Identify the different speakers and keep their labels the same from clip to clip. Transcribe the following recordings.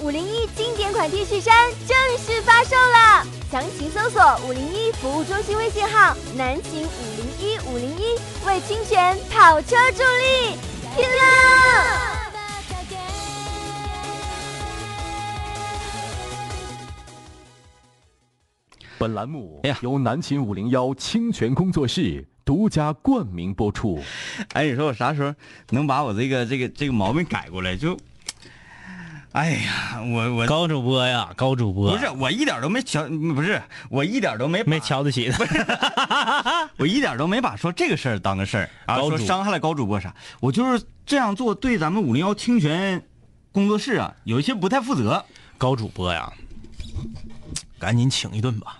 Speaker 1: 五零一经典款 T 恤衫正式发售了，详情搜索五零一服务中心微信号南秦五零一五零一，为清泉跑车助力，拼了！
Speaker 2: 本栏目
Speaker 3: 哎呀
Speaker 2: 由南秦五零幺清泉工作室独家冠名播出。
Speaker 3: 哎，你说我啥时候能把我这个这个这个毛病改过来？就，哎呀，我我
Speaker 4: 高主播呀，高主播，
Speaker 3: 不是我一点都没瞧，嗯不是我一点都没把
Speaker 4: 没，瞧得起他，
Speaker 3: 我一点都没把说这个事儿当个事儿啊，
Speaker 4: 高
Speaker 3: 说
Speaker 4: 主
Speaker 3: 伤害了高主播啥，我就是这样做对咱们五零幺清泉工作室啊有一些不太负责。
Speaker 4: 高主播呀，赶紧请一顿 吧，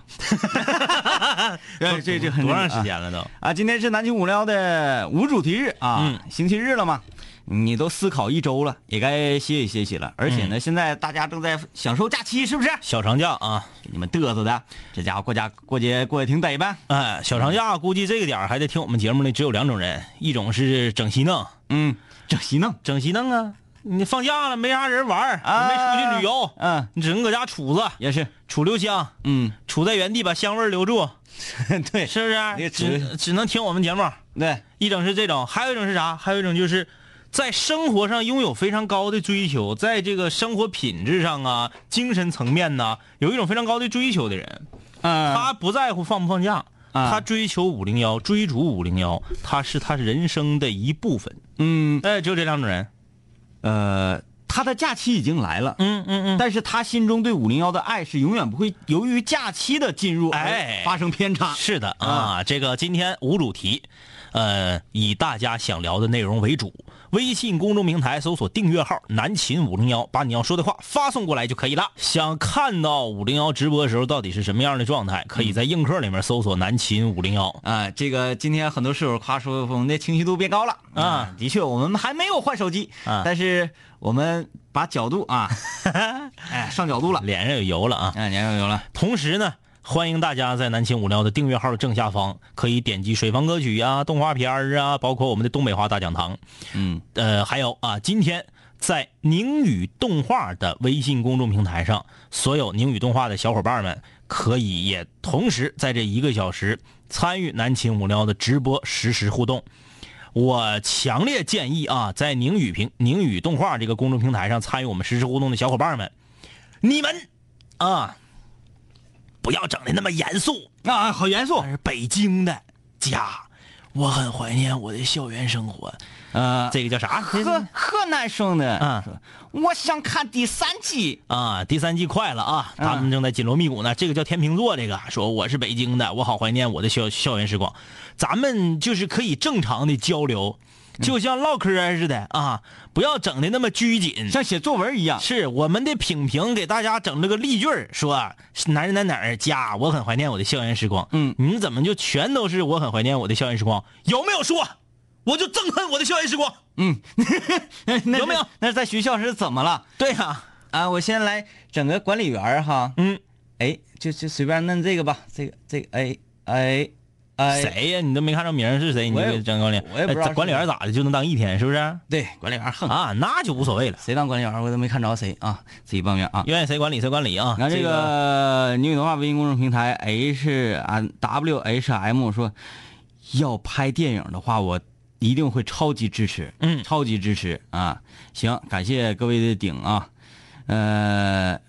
Speaker 3: 哎，这这很
Speaker 4: 多长时间了都？
Speaker 3: 啊，今天是南京五零幺的无主题日啊，
Speaker 4: 嗯
Speaker 3: 星期日了嘛，你都思考一周了，也该歇息歇息了。而且
Speaker 4: 嗯
Speaker 3: 呢，现在大家正在享受假期，是不是？
Speaker 4: 小长假啊，
Speaker 3: 给你们嘚瑟的，这家伙过家过节过得挺得呗。
Speaker 4: 哎，小长假估计这个点儿还得听我们节目的只有两种人，一种是整西弄，
Speaker 3: 嗯，整席弄
Speaker 4: 整西弄啊，你放假了没啥人玩儿，
Speaker 3: 啊
Speaker 4: 你没出去旅游，
Speaker 3: 嗯，
Speaker 4: 你只能搁家杵着，
Speaker 3: 也是，
Speaker 4: 杵留香，
Speaker 3: 嗯，
Speaker 4: 杵在原地把香味儿留住，
Speaker 3: 对
Speaker 4: 是不
Speaker 3: 也杵
Speaker 4: 是？只只能听我们节目。
Speaker 3: 对，
Speaker 4: 一种是这种，还有一种是啥？还有一种就是在生活上拥有非常高的追求，在这个生活品质上啊、精神层面呐、有一种非常高的追求的人，
Speaker 3: 嗯，
Speaker 4: 他不在乎放不放假，
Speaker 3: 啊
Speaker 4: 他追求五零幺，追逐五零幺，他是他人生的一部分。
Speaker 3: 嗯，
Speaker 4: 哎，只有这两种人。
Speaker 3: 呃，他的假期已经来了。
Speaker 4: 嗯嗯嗯。
Speaker 3: 但是他心中对五零幺的爱是永远不会由于假期的进入而
Speaker 4: 哎
Speaker 3: 发生偏差。
Speaker 4: 是的啊，这个今天无主题，呃，以大家想聊的内容为主。微信公众平台搜索订阅号“南秦五零幺”，把你要说的话发送过来就可以了。想看到五零幺直播时候到底是什么样的状态，可以在映客里面搜索“南秦五零幺
Speaker 3: 啊，这个今天很多室友夸说我们的清晰度变高了
Speaker 4: 啊
Speaker 3: 的确，我们还没有换手机，
Speaker 4: 啊
Speaker 3: 但是我们把角度 啊，哎，上角度”，了，
Speaker 4: 脸上有油了啊。
Speaker 3: 哎，年有了，
Speaker 4: 同时呢，欢迎大家在南秦五零幺的订阅号正下方可以点击水房歌曲啊、动画片儿啊，包括我们的东北话大讲堂。
Speaker 3: 嗯
Speaker 4: 呃，还有啊，今天在宁宇动画的微信公众平台上，所有宁宇动画的小伙伴们可以也同时在这一个小时参与南秦五零幺的直播实时互动。我强烈建议啊，在宁宇平宁宇动画这个公众平台上参与我们实时互动的小伙伴们，你们啊，不要整的那么严肃，
Speaker 3: 啊，好严肃
Speaker 4: 我，是北京的家，我很怀念我的校园生活。
Speaker 3: 呃，
Speaker 4: 这个叫啥？
Speaker 3: 河河南省的，
Speaker 4: 啊
Speaker 3: 说，我想看第三季，
Speaker 4: 啊，第三季快了啊，他们正在紧锣密鼓呢。这个叫天秤座，这个说我是北京的，我好怀念我的校校园时光。咱们就是可以正常的交流，就像唠嗑似的啊，不要整的那么拘谨。
Speaker 3: 像写作文一样，
Speaker 4: 是我们的品评给大家整了个例句儿说是哪儿哪儿哪儿家，我很怀念我的校园时光。
Speaker 3: 嗯
Speaker 4: 你们怎么就全都是我很怀念我的校园时光？有没有说？我就憎恨我的校园时光。
Speaker 3: 有
Speaker 4: 有没有？
Speaker 3: 哎那在学校是怎么了？
Speaker 4: 对呀、
Speaker 3: 啊，我先来整个管理员儿哈，
Speaker 4: 嗯，
Speaker 3: 哎，就就随便弄这个吧，这个这个，哎哎哎，？
Speaker 4: 谁呀？你都没看着名儿是谁？你
Speaker 3: 我也
Speaker 4: 就张高林，
Speaker 3: 我也不知道
Speaker 4: 哎
Speaker 3: 是
Speaker 4: 管理员咋的就能当一天，是不是？啊，
Speaker 3: 对，管理员儿横。
Speaker 4: 那就无所谓了，
Speaker 3: 谁当管理员儿我都没看着谁啊，自己抱怨啊。
Speaker 4: 愿意谁管理谁管理啊。
Speaker 3: 然后这
Speaker 4: 这
Speaker 3: 个女文化微信公众平台 H 啊 W H M 说，要拍电影的话，我一定会超级支持，
Speaker 4: 嗯
Speaker 3: 超级支持啊！行，感谢各位的顶啊，呃，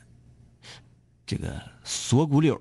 Speaker 3: 这个锁骨柳，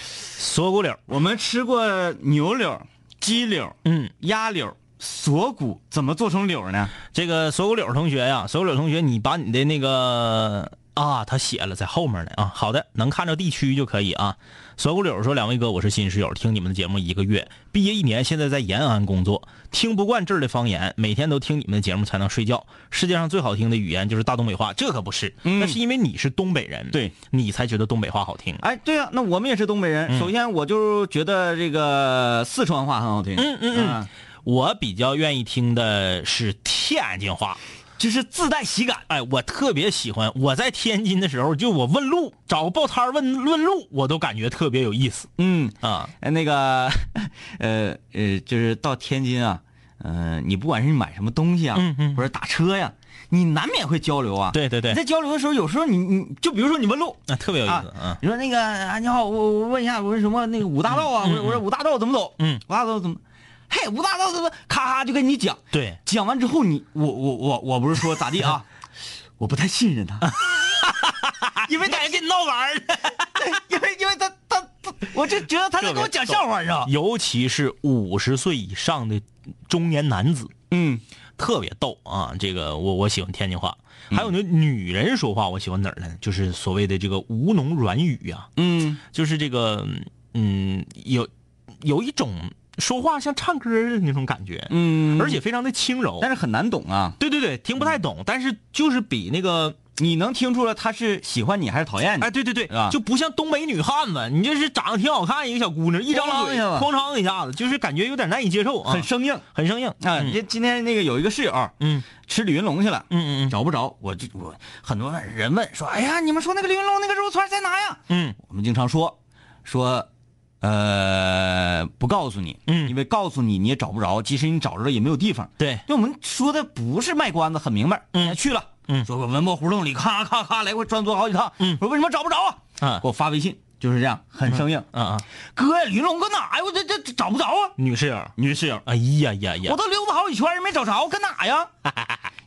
Speaker 4: 锁骨柳，
Speaker 3: 我们吃过牛柳、鸡柳、
Speaker 4: 嗯，
Speaker 3: 鸭柳、锁骨，怎么做成柳呢？
Speaker 4: 这个锁骨柳同学呀，锁骨柳同学，你把你的那个啊，他写了在后面呢啊。好的，能看着地区就可以啊。锁骨柳说：“两位哥，我是新室友，听你们的节目一个月，毕业一年，现在在延安工作，听不惯这儿的方言，每天都听你们的节目才能睡觉。世界上最好听的语言就是大东北话，这可不是，那是因为你是东北人，
Speaker 3: 对
Speaker 4: 你才觉得东北话好听。
Speaker 3: 哎，对啊，那我们也是东北
Speaker 4: 嗯
Speaker 3: 人。首先，我就觉得这个四川话很好听，嗯嗯嗯，
Speaker 4: 我比较愿意听的是天津话，
Speaker 3: 就是自带喜感。
Speaker 4: 哎，我特别喜欢。我在天津的时候，就我问路，找个报摊儿问问路，我都感觉特别有意思
Speaker 3: 嗯，
Speaker 4: 啊。
Speaker 3: 哎那个， 呃呃，就是到天津啊，呃，你不管是买什么东西啊，
Speaker 4: 嗯嗯
Speaker 3: 或者打车呀、你难免会交流啊。
Speaker 4: 对对对
Speaker 3: 你在交流的时候，有时候你你就比如说你问路
Speaker 4: 那特别有意
Speaker 3: 啊
Speaker 4: 思，嗯，
Speaker 3: 你说那个啊你好，我我问一下，我说什么那个五大道啊，我说我说五大道怎么走？
Speaker 4: 嗯，
Speaker 3: 五大道怎么？嘿，五大道怎么？咔咔就跟你讲，
Speaker 4: 对，
Speaker 3: 讲完之后你我我我我不是说咋地 啊，我不太信任他，
Speaker 4: 啊因为感觉跟你闹玩儿呢。
Speaker 3: 因为因为他他他，我就觉得他在给我讲笑话是吧？
Speaker 4: 尤其是五十岁以上的中年男子，
Speaker 3: 嗯，
Speaker 4: 特别逗啊！这个我我喜欢天津话，还有呢，女人说话我喜欢哪儿呢？就是所谓的这个吴侬软语啊，
Speaker 3: 嗯，
Speaker 4: 就是这个嗯，有有一种说话像唱歌的那种感觉，
Speaker 3: 嗯，
Speaker 4: 而且非常的轻柔。
Speaker 3: 但是很难懂啊，
Speaker 4: 对对对，听不太
Speaker 3: 嗯
Speaker 4: 懂，但是就是比那个
Speaker 3: 你能听出来他是喜欢你还是讨厌你？
Speaker 4: 哎，对对对
Speaker 3: 是吧，
Speaker 4: 就不像东北女汉子，你这是长得挺好看一个小姑娘，一张
Speaker 3: 哐啷
Speaker 4: 嘴
Speaker 3: 一下子
Speaker 4: 哐当一下子，就是感觉有点难以接受啊，
Speaker 3: 很生硬啊！
Speaker 4: 很生硬嗯
Speaker 3: 这今天那个有一个室友，
Speaker 4: 嗯
Speaker 3: 吃李云龙去了，
Speaker 4: 嗯嗯
Speaker 3: 找不着，我就我很多人问说，哎呀，你们说那个李云龙那个肉串在哪呀？
Speaker 4: 嗯
Speaker 3: 我们经常说说，呃，不告诉你，
Speaker 4: 嗯
Speaker 3: 因为告诉你你也找不着，即使你找着了也没有地方。
Speaker 4: 对，
Speaker 3: 就我们说的不是卖关子，很明白。哎
Speaker 4: 嗯
Speaker 3: 去了，
Speaker 4: 嗯
Speaker 3: 说我文博胡同里咔咔咔来回转悠好几趟，
Speaker 4: 嗯
Speaker 3: 我说为什么找不着啊？
Speaker 4: 啊
Speaker 3: 给我发微信，就是这样，很生硬。
Speaker 4: 啊啊，
Speaker 3: 哥，李云龙搁哪啊哎呀？我这这这找不着啊！
Speaker 4: 女室友，
Speaker 3: 女室友，
Speaker 4: 哎呀呀呀
Speaker 3: 我，都溜达好几圈儿没找着，搁哪呀？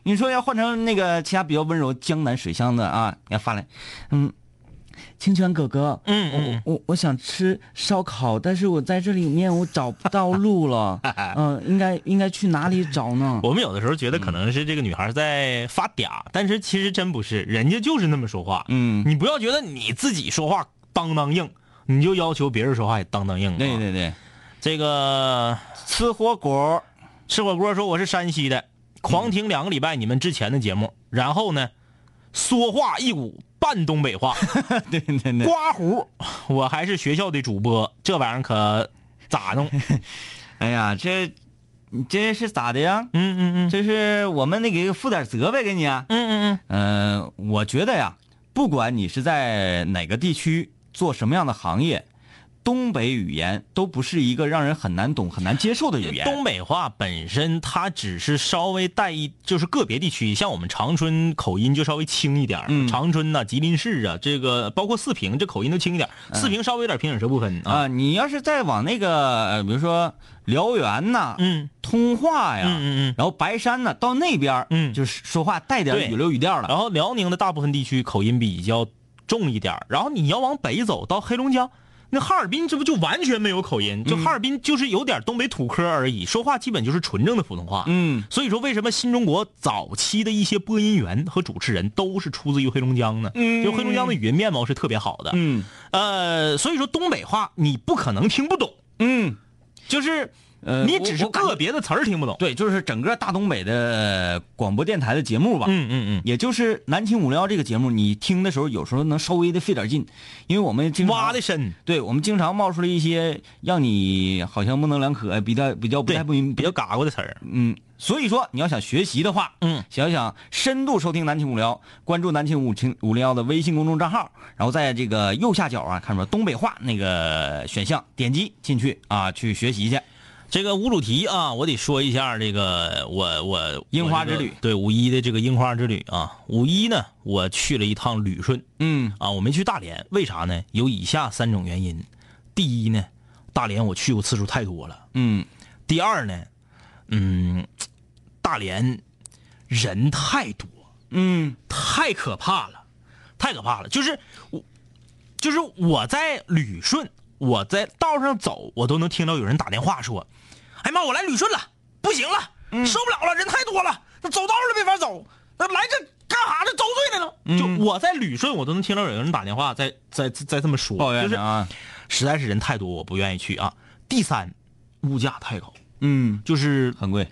Speaker 3: 你说要换成那个其他比较温柔江南水乡的啊，你要发来，嗯，清泉哥哥，
Speaker 4: 嗯嗯
Speaker 3: 我我我想吃烧烤，但是我在这里面我找不到路 了，嗯、应该应该去哪里找呢？
Speaker 4: 我们有的时候觉得可能是这个女孩在发嗲，但是其实真不是，人家就是那么说话。
Speaker 3: 嗯，
Speaker 4: 你不要觉得你自己说话当当硬，你就要求别人说话也当当硬啊。
Speaker 3: 对对对，
Speaker 4: 这个
Speaker 3: 吃火锅，
Speaker 4: 吃火锅说我是山西的，狂听两个礼拜你们之前的节目，然后呢，说话一股半东北话，
Speaker 3: 对对对，
Speaker 4: 刮胡，我还是学校的主播，这玩意儿可咋弄？嗯
Speaker 3: 哎呀，这你这是咋的呀？
Speaker 4: 嗯嗯
Speaker 3: 这是我们那个负点责呗，给你啊。
Speaker 4: 嗯嗯
Speaker 3: 嗯，我觉得呀，不管你是在哪个地区做什么样的行业，东北语言都不是一个让人很难懂、很难接受的语
Speaker 4: 嗯，
Speaker 3: 言。
Speaker 4: 东北话本身它只是稍微带一，就是个别地区，像我们长春口音就稍微轻一点儿，
Speaker 3: 嗯
Speaker 4: 长春呐、吉林市啊，这个包括四平这口音都轻一点儿，四平稍微有点平舌舌不分
Speaker 3: 啊、
Speaker 4: 啊，
Speaker 3: 你要是再往那个，呃比如说辽源呐、
Speaker 4: 嗯
Speaker 3: 通化呀，
Speaker 4: 嗯嗯嗯
Speaker 3: 然后白山呐，到那边儿，
Speaker 4: 嗯哦
Speaker 3: 就是说话带点
Speaker 4: 对
Speaker 3: 语流语调了。
Speaker 4: 然后辽宁的大部分地区口音比较重一点儿，然后你要往北走到黑龙江，那哈尔滨这不就完全没有口音？
Speaker 3: 嗯
Speaker 4: 就哈尔滨就是有点东北土嗑而已，说话基本就是纯正的普通话。
Speaker 3: 嗯，
Speaker 4: 所以说，为什么新中国早期的一些播音员和主持人都是出自于黑龙江呢？
Speaker 3: 嗯
Speaker 4: 就黑龙江的语言面貌是特别好的。
Speaker 3: 嗯
Speaker 4: 呃，所以说东北话你不可能听不懂，
Speaker 3: 嗯，
Speaker 4: 就是
Speaker 3: 呃
Speaker 4: 你
Speaker 3: 我
Speaker 4: 只是
Speaker 3: 我感
Speaker 4: 个
Speaker 3: 觉
Speaker 4: 别的词儿听不懂。
Speaker 3: 对，就是整个大东北的广播电台的节目吧。
Speaker 4: 嗯嗯
Speaker 3: 也就是《南青五零幺》这个节目，你听的时候有时候能稍微的费点劲，因为我们经
Speaker 4: 嗯，
Speaker 3: 常
Speaker 4: 挖的深。
Speaker 3: 对我们经常冒出来一些让你好像模棱两可、哎比较比较不
Speaker 4: 对
Speaker 3: 太不明，
Speaker 4: 比较嘎咕的词儿，
Speaker 3: 嗯，所以说你要想学习的话，
Speaker 4: 嗯，
Speaker 3: 想想深度收听南青五零幺，关注南青五青五零幺的微信公众账号，然后在这个右下角啊，看着东北话那个选项，点击进去啊，去学习去。
Speaker 4: 这个无主题啊，我得说一下这个我我
Speaker 3: 樱花
Speaker 4: 我这个
Speaker 3: 之旅
Speaker 4: 对五一的这个樱花之旅啊，五一呢我去了一趟旅顺
Speaker 3: 嗯
Speaker 4: 啊，我没去大连，为啥呢？有以下三种原因：第一呢，大连我去过次数太多了；
Speaker 3: 嗯
Speaker 4: 第二呢，嗯，大连人太多，
Speaker 3: 嗯
Speaker 4: 太可怕了，太可怕了。就是我，就是我在旅顺，我在道上走，我都能听到有人打电话说：“哎妈，我来旅顺了，不行了，
Speaker 3: 嗯
Speaker 4: 受不了了，人太多了，那走道都没法走，那来这干啥呢？遭罪了
Speaker 3: 嗯
Speaker 4: 呢。就我在旅顺，我都能听到有人打电话在在在在这么说，
Speaker 3: 抱
Speaker 4: 就
Speaker 3: 怨
Speaker 4: 是
Speaker 3: 着啊，
Speaker 4: 实在是人太多，我不愿意去啊。第三，物价太高，
Speaker 3: 嗯，
Speaker 4: 就是
Speaker 3: 很贵，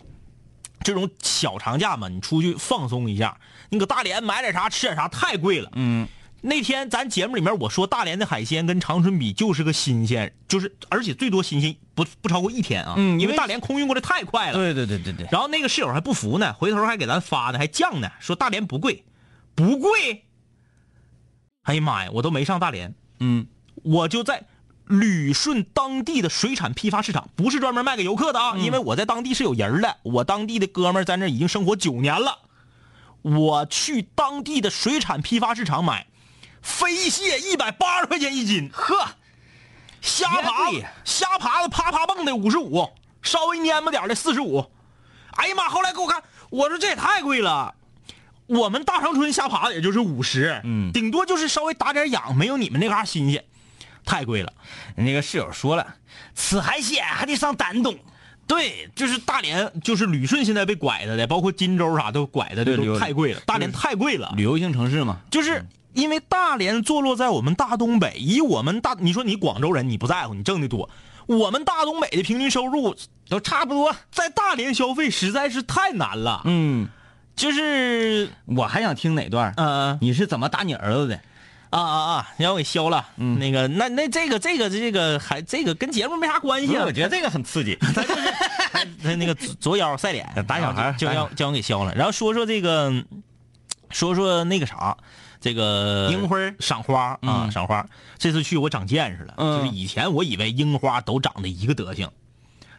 Speaker 4: 这种小长假嘛，你出去放松一下。你搁大连买点啥吃点啥太贵了。
Speaker 3: 嗯，
Speaker 4: 那天咱节目里面我说大连的海鲜跟长春比就是个新鲜，就是而且最多新鲜不不超过一天啊。
Speaker 3: 嗯因为
Speaker 4: 因为大连空运过来太快了。
Speaker 3: 对对对对对，
Speaker 4: 然后那个室友还不服呢，回头还给咱发呢，还犟呢，说大连不贵，不贵。哎呀妈呀，我都没上大连，
Speaker 3: 嗯。
Speaker 4: 我就在旅顺当地的水产批发市场，不是专门
Speaker 3: 嗯
Speaker 4: 卖给游客的啊，因为我在当地是有人儿的，我当地的哥们儿在那儿已经生活九年了，我去当地的水产批发市场买飞蟹，一百八十块钱一斤，
Speaker 3: 呵，
Speaker 4: 虾爬
Speaker 3: 也
Speaker 4: 子
Speaker 3: 贵
Speaker 4: 虾爬子啪啪蹦的五十五，稍微蔫巴点儿的四十五。哎呀妈！后来给我看，我说这也太贵了。我们大长春虾爬子也就是五十，
Speaker 3: 嗯
Speaker 4: 顶多就是稍微打点痒，没有你们那嘎新鲜，太贵了。
Speaker 3: 那个室友说了，此海鲜还得上丹东。
Speaker 4: 对，就是大连，就是旅顺现在被拐的的，包括荆州啥都拐的，
Speaker 3: 对
Speaker 4: 这
Speaker 3: 旅游
Speaker 4: 都太贵了，大连太贵了。
Speaker 3: 旅游型城市嘛，
Speaker 4: 就是因为大连坐落在我们大东北，以我们大，你说你广州人你不在乎，你挣的多，我们大东北的平均收入
Speaker 3: 都差不多。
Speaker 4: 在大连消费实在是太难了。
Speaker 3: 嗯，
Speaker 4: 就是
Speaker 3: 我还想听哪段？
Speaker 4: 呃
Speaker 3: 你是怎么打你儿子的？
Speaker 4: 啊啊啊，你让我给消了。嗯，那个那那这个这个这个还这个跟节目没啥关系啊。
Speaker 3: 觉得这个很刺 激。
Speaker 4: 他那个左左腰赛脸，
Speaker 3: 打小孩儿哎
Speaker 4: 就就让就让给削了。然后说说这个，嗯说说那个啥，这个
Speaker 3: 樱花儿
Speaker 4: 赏花儿啊，
Speaker 3: 嗯
Speaker 4: 赏花儿。这次去我长见识了，
Speaker 3: 嗯
Speaker 4: 就是以前我以为樱花都长得一个德行，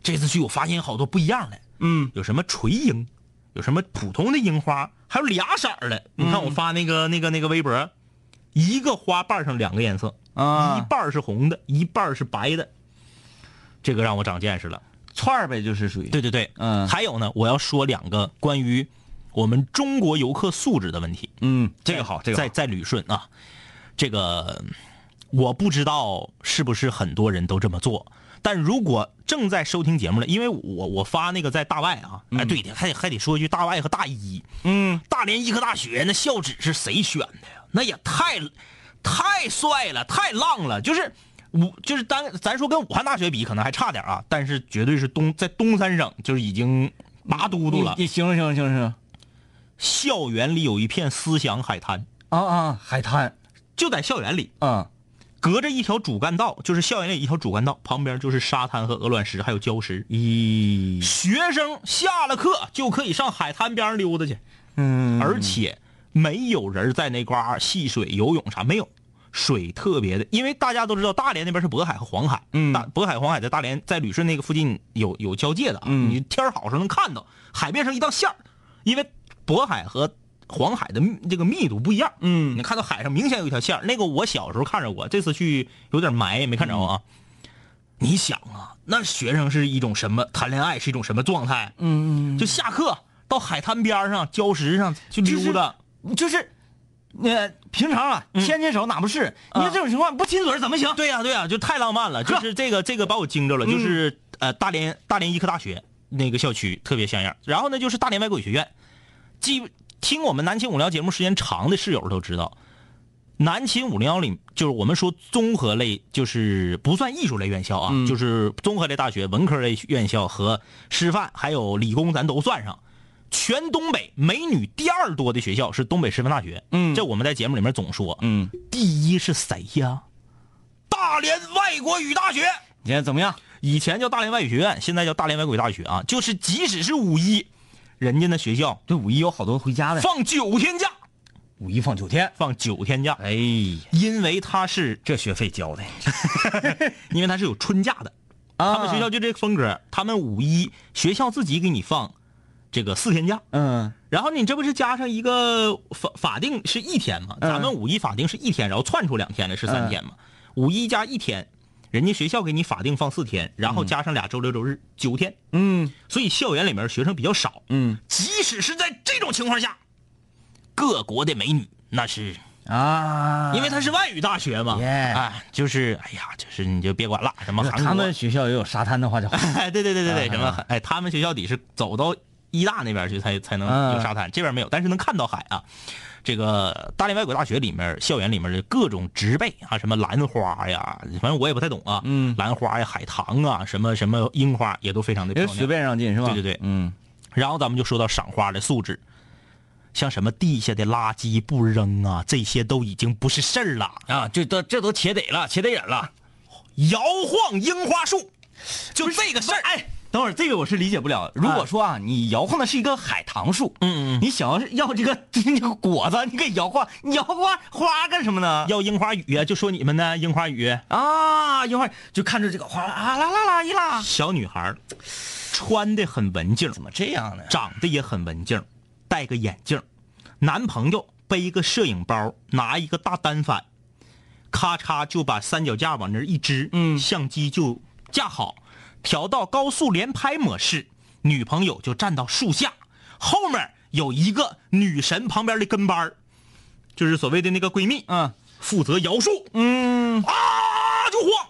Speaker 4: 这次去我发现好多不一样的，
Speaker 3: 嗯，
Speaker 4: 有什么垂樱，有什么普通的樱花，还有俩色儿的。
Speaker 3: 嗯
Speaker 4: 你看我发那个那个那个微博，一个花瓣上两个颜色，
Speaker 3: 啊
Speaker 4: 一半儿是红的，一半儿是白的，这个让我长见识了。
Speaker 3: 串儿呗，就是属于。
Speaker 4: 对对对，
Speaker 3: 嗯
Speaker 4: 还有呢，我要说两个关于我们中国游客素质的问题。
Speaker 3: 嗯，这个好，
Speaker 4: 在
Speaker 3: 这个
Speaker 4: 在在旅顺啊，这个我不知道是不是很多人都这么做，但如果正在收听节目的，因为我我发那个在大外啊，哎对的，还得还得说一句大外和大一，
Speaker 3: 嗯，
Speaker 4: 大连医科大学那校址是谁选的呀？那也太太帅了，太浪了，就是。武就是单咱说跟武汉大学比可能还差点啊，但是绝对是东在东三省就是已经拔嘟嘟了
Speaker 3: 你。你形容形容形容形容
Speaker 4: 校园里有一片思想海滩，
Speaker 3: 啊啊，海滩，
Speaker 4: 就在校园里，
Speaker 3: 嗯
Speaker 4: 隔着一条主干道，就是校园里一条主干道，旁边就是沙滩和鹅卵石，还有礁石。
Speaker 3: 咦，
Speaker 4: 学生下了课就可以上海滩边上溜达去，
Speaker 3: 嗯，
Speaker 4: 而且没有人在那块儿戏水游泳啥没有，水特别的，因为大家都知道大连那边是渤海和黄海，
Speaker 3: 嗯
Speaker 4: 大渤海黄海在大连在旅顺那个附近有有交界的啊，
Speaker 3: 嗯
Speaker 4: 你天儿好时候能看到海面上一道线儿，因为渤海和黄海的密这个密度不一样，
Speaker 3: 嗯
Speaker 4: 你看到海上明显有一条线儿，那个我小时候看着过，这次去有点埋也没看着啊。
Speaker 3: 嗯
Speaker 4: 你想啊，那学生是一种什么谈恋爱是一种什么状态？
Speaker 3: 嗯
Speaker 4: 就下课到海滩边上、礁石上去溜达，
Speaker 3: 嗯，就是，呃，平常啊，牵牵手哪不是？你
Speaker 4: 啊
Speaker 3: 看这种情况不亲嘴儿怎么行？
Speaker 4: 对呀、对呀、就太浪漫了。就是这个这个把我惊着了，
Speaker 3: 嗯
Speaker 4: 就是呃大连大连医科大学那个校区特别像样儿，然后呢就是大连外国语学院，记听我们南秦五零幺节目时间长的室友都知道。南秦五零幺里就是我们说综合类，就是不算艺术类院校啊，
Speaker 3: 嗯
Speaker 4: 就是综合类大学、文科类院校和师范还有理工咱都算上。全东北美女第二多的学校是东北师范大学，
Speaker 3: 嗯
Speaker 4: 这我们在节目里面总说，
Speaker 3: 嗯，
Speaker 4: 第一是谁呀？大连外国语大学，
Speaker 3: 你看怎么样？
Speaker 4: 以前叫大连外语学院，现在叫大连外国语大学啊。就是即使是五一，人家那学校
Speaker 3: 这五一有好多回家的，
Speaker 4: 放九天假，
Speaker 3: 五一放九天。
Speaker 4: 放九天假，
Speaker 3: 哎，
Speaker 4: 因为它是这学费交的， 因为它是有春假的。
Speaker 3: 啊
Speaker 4: 他们学校就这个风格，他们五一学校自己给你放这个四天假，
Speaker 3: 嗯
Speaker 4: 然后你这不是加上一个法法定是一天吗？
Speaker 3: 嗯
Speaker 4: 咱们五一法定是一天，然后窜出两天来是三天嘛？五一加一天，人家学校给你法定放四天，然后加上俩周六周日九天，
Speaker 3: 嗯
Speaker 4: 所以校园里面学生比较少。
Speaker 3: 嗯
Speaker 4: 即使是在这种情况下，各国的美女那是
Speaker 3: 啊，
Speaker 4: 因为它是外语大学嘛，
Speaker 3: 耶
Speaker 4: 哎，就是哎呀，就是你就别管了，什么
Speaker 3: 不是
Speaker 4: 韩国啊
Speaker 3: 他们学校也有沙滩的话就好。
Speaker 4: 哎， 对对对对对，
Speaker 3: 啊
Speaker 4: 什么哎，他们学校得是走到医大那边去才才能
Speaker 3: 啊
Speaker 4: 有沙滩，这边没有，但是能看到海啊。这个大连外国语大学里面校园里面的各种植被啊，什么兰花呀，反正我也不太懂啊，
Speaker 3: 嗯
Speaker 4: 兰花呀、海棠啊，什么什么樱花也都非常的漂
Speaker 3: 人随
Speaker 4: 亮。
Speaker 3: 便让进是吧？
Speaker 4: 对对对
Speaker 3: 嗯，
Speaker 4: 然后咱们就说到赏花的素质。像什么地下的垃圾不扔啊，这些都已经不是事儿了。
Speaker 3: 啊，这都这都且得了，且得忍了。
Speaker 4: 摇晃樱花树，就这个事儿，哎，
Speaker 3: 等会儿这个我是理解不了。如果说啊，你摇晃的是一个海棠树，
Speaker 4: 嗯嗯嗯
Speaker 3: 你想要是要这个 这个果子，你给摇晃，你摇晃花干什么呢？
Speaker 4: 要樱花雨啊，就说你们呢，樱花雨。
Speaker 3: 啊，一会儿就看着这个花啊啦啦啦一啦，
Speaker 4: 小女孩儿穿的很文静，
Speaker 3: 怎么这样呢？
Speaker 4: 长得也很文静，戴个眼镜，男朋友背一个摄影包，拿一个大单反，咔嚓就把三脚架往那儿一支，
Speaker 3: 嗯
Speaker 4: 相机就架好，调到高速连拍模式，女朋友就站到树下，后面有一个女神旁边的跟班儿就是所谓的那个闺蜜，
Speaker 3: 嗯
Speaker 4: 负责摇树，
Speaker 3: 嗯，
Speaker 4: 啊就晃，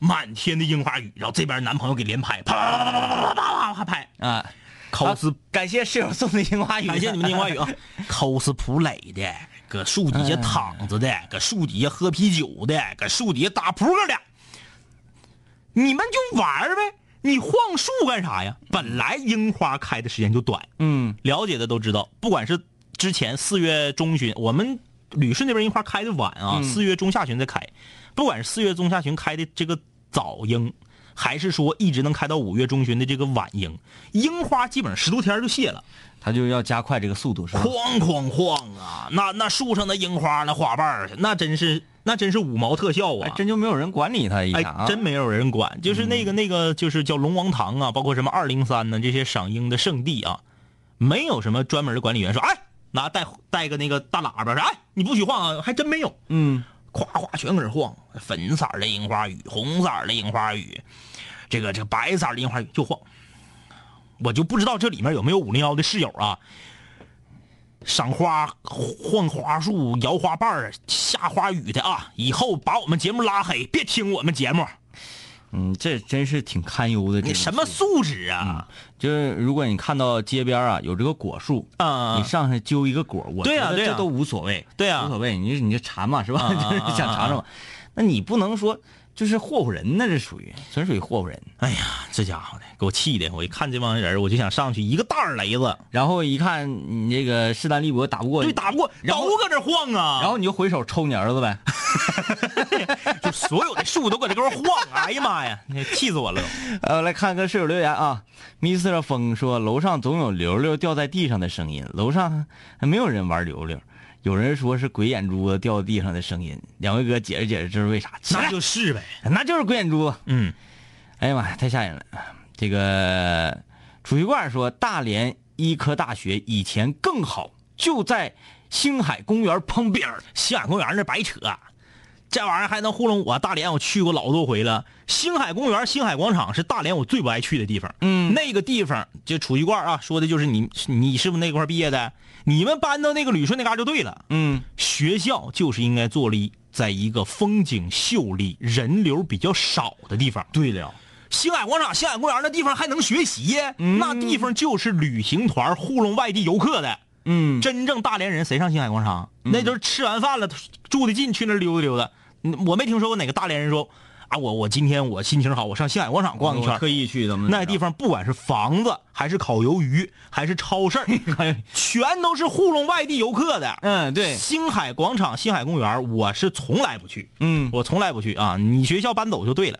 Speaker 4: 满天的樱花雨，然后这边男朋友给连拍，啪啪啪啪啪啪啪拍，
Speaker 3: 啊，
Speaker 4: 抠死
Speaker 3: 啊感谢室友送的樱花雨，
Speaker 4: 感谢你们的樱花 雨啊！抠是普垒的，搁树底下躺着的，搁树底下喝啤酒的，搁树底下打扑克的，你们就玩儿呗。你晃树干啥呀？本来樱花开的时间就短，
Speaker 3: 嗯
Speaker 4: 了解的都知道，不管是之前四月中旬，我们旅顺这边樱花开的晚啊，四、月中下旬才开，不管是四月中下旬开的这个早樱，还是说一直能开到五月中旬的这个晚樱，樱花基本上十多天就谢了。
Speaker 3: 他就要加快这个速度是吧？
Speaker 4: 哐哐哐啊！那那树上的樱花，那花瓣儿，那真是那真是五毛特效
Speaker 3: 还
Speaker 4: 啊！
Speaker 3: 哎
Speaker 4: 哎
Speaker 3: 真就没有人管理他一下啊，嗯
Speaker 4: 真没有人管，就是那个、那个就是叫龙王堂啊，包括什么二零三呢，这些赏樱的圣地啊，没有什么专门的管理员说，哎，拿带带个那个大喇叭说，哎，你不许晃啊，还真没有。
Speaker 3: 嗯
Speaker 4: 夸夸全搁这晃，粉色儿的樱花雨，红色儿的樱花雨，这个这个白色儿的樱花雨就晃。我就不知道这里面有没有五零幺的室友啊，赏花、晃花束、摇花瓣儿、下花雨的啊，以后把我们节目拉黑，别听我们节目，
Speaker 3: 嗯，这真是挺堪忧的。这
Speaker 4: 你
Speaker 3: 种
Speaker 4: 什么
Speaker 3: 事
Speaker 4: 素质啊？
Speaker 3: 就是如果你看到街边啊有这个果树，
Speaker 4: 啊
Speaker 3: 你上去揪一个果，我
Speaker 4: 对
Speaker 3: 觉
Speaker 4: 啊
Speaker 3: 得
Speaker 4: 对啊
Speaker 3: 这都无所谓，
Speaker 4: 对啊
Speaker 3: 无所谓，你就你就馋嘛是吧？
Speaker 4: 啊啊啊 啊
Speaker 3: 就是想尝尝嘛。那你不能说就是霍霍人呢，这属于纯属于霍霍人。
Speaker 4: 哎呀，这家伙的给我气的，我一看这帮人儿，我就想上去一个大耳雷子，
Speaker 3: 然后一看你这个势单力薄打不过，
Speaker 4: 对，打不过，
Speaker 3: 然后
Speaker 4: 都搁这晃啊，
Speaker 3: 然后你就回手抽你儿子呗。
Speaker 4: 就所有的树都搁这给我晃，哎呀妈呀， 气死我了都！
Speaker 3: 呃，来看看室友留言啊，Mr. 风说楼上总有溜溜掉在地上的声音，楼上还没有人玩溜溜，有人说是鬼眼珠子掉地上的声音，两位哥解释解释这是为啥？
Speaker 4: 那就是呗，
Speaker 3: 那就是鬼眼珠子。
Speaker 4: 嗯，
Speaker 3: 哎呀妈呀，太吓人了！这个储蓄罐说，大连医科大学以前更好，就在星海公园旁边儿
Speaker 4: 星海公园那白扯，这玩意儿还能糊弄我？大连我去过老多回了，星海公园、星海广场是大连我最不爱去的地方。
Speaker 3: 嗯
Speaker 4: 那个地方就储蓄罐啊，说的就是你，你是不是那块儿毕业的？你们搬到那个旅顺那嘎就对了。
Speaker 3: 嗯，
Speaker 4: 学校就是应该坐立在一个风景秀丽、人流比较少的地方。对了，星海广场、星海公园那地方还能学习，那地方就是旅行团糊弄外地游客的。
Speaker 3: 嗯，
Speaker 4: 真正大连人谁上星海广场？那都是吃完饭了，住的近，去那儿溜达溜达。嗯我没听说过哪个大连人说啊，我我今天我心情好，我上星海广场逛一圈。
Speaker 3: 意去的吗
Speaker 4: 那地方不管是房子，还是烤鱿鱼，还是超 市儿，哎全都是糊弄外地游客的。
Speaker 3: 嗯，对，
Speaker 4: 星海广场、星海公园，我是从来不去，
Speaker 3: 嗯，
Speaker 4: 我从来不去啊。你学校搬走就对了。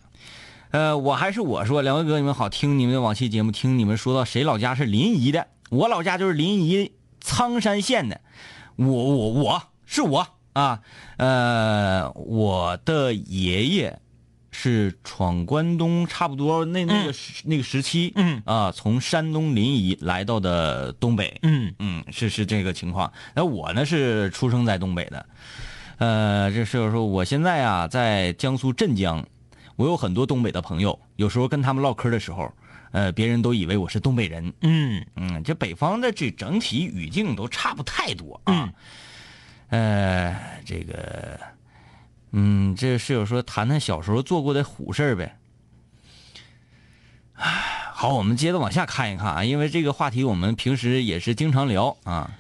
Speaker 3: 呃，我还是我说，两位哥，你们好，听你们的往期节目，听你们说到谁老家是临沂的，我老家就是临沂苍山县的，我我我是我啊，呃，我的爷爷是闯关东，差不多那那个时、那个时期，
Speaker 4: 嗯
Speaker 3: 啊，从山东临沂来到的东北，
Speaker 4: 嗯，
Speaker 3: 嗯，是是这个情况。那我呢是出生在东北的，呃，这室友说我现在啊在江苏镇江，我有很多东北的朋友，有时候跟他们唠嗑的时候，呃，别人都以为我是东北人。
Speaker 4: 嗯，
Speaker 3: 嗯，这北方的这整体语境都差不太多啊。呃，这个，嗯，这室友说谈谈小时候做过的虎事儿呗。唉，好，我们接着往下看一看啊，因为这个话题我们平时也是经常聊啊。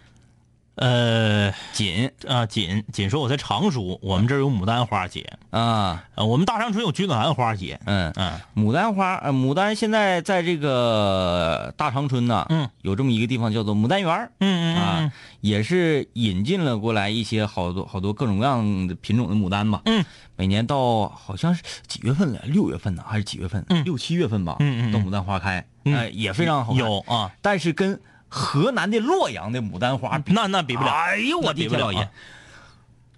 Speaker 4: 呃
Speaker 3: 锦
Speaker 4: 啊，锦锦说我在常熟，我们这儿有牡丹花节，
Speaker 3: 啊，
Speaker 4: 呃，我们大长春有君子兰花节，
Speaker 3: 嗯，
Speaker 4: 嗯
Speaker 3: 牡丹花，呃，牡丹现在在这个大长春呐，
Speaker 4: 嗯，
Speaker 3: 有这么一个地方叫做牡丹园儿
Speaker 4: 嗯
Speaker 3: 啊，也是引进了过来一些好多好多各种各样的品种的牡丹吧，
Speaker 4: 嗯，
Speaker 3: 每年到好像是几月份来，六月份呢，还是几月份？
Speaker 4: 嗯
Speaker 3: 六七月份吧，
Speaker 4: 嗯嗯嗯
Speaker 3: 到牡丹花开，
Speaker 4: 嗯
Speaker 3: 呃，也非常好看，
Speaker 4: 有啊，
Speaker 3: 但是跟河南的洛阳的牡丹花比。
Speaker 4: 那那比不了，
Speaker 3: 哎呦我
Speaker 4: 那
Speaker 3: 的
Speaker 4: 比不了
Speaker 3: 天
Speaker 4: 也
Speaker 3: 啊，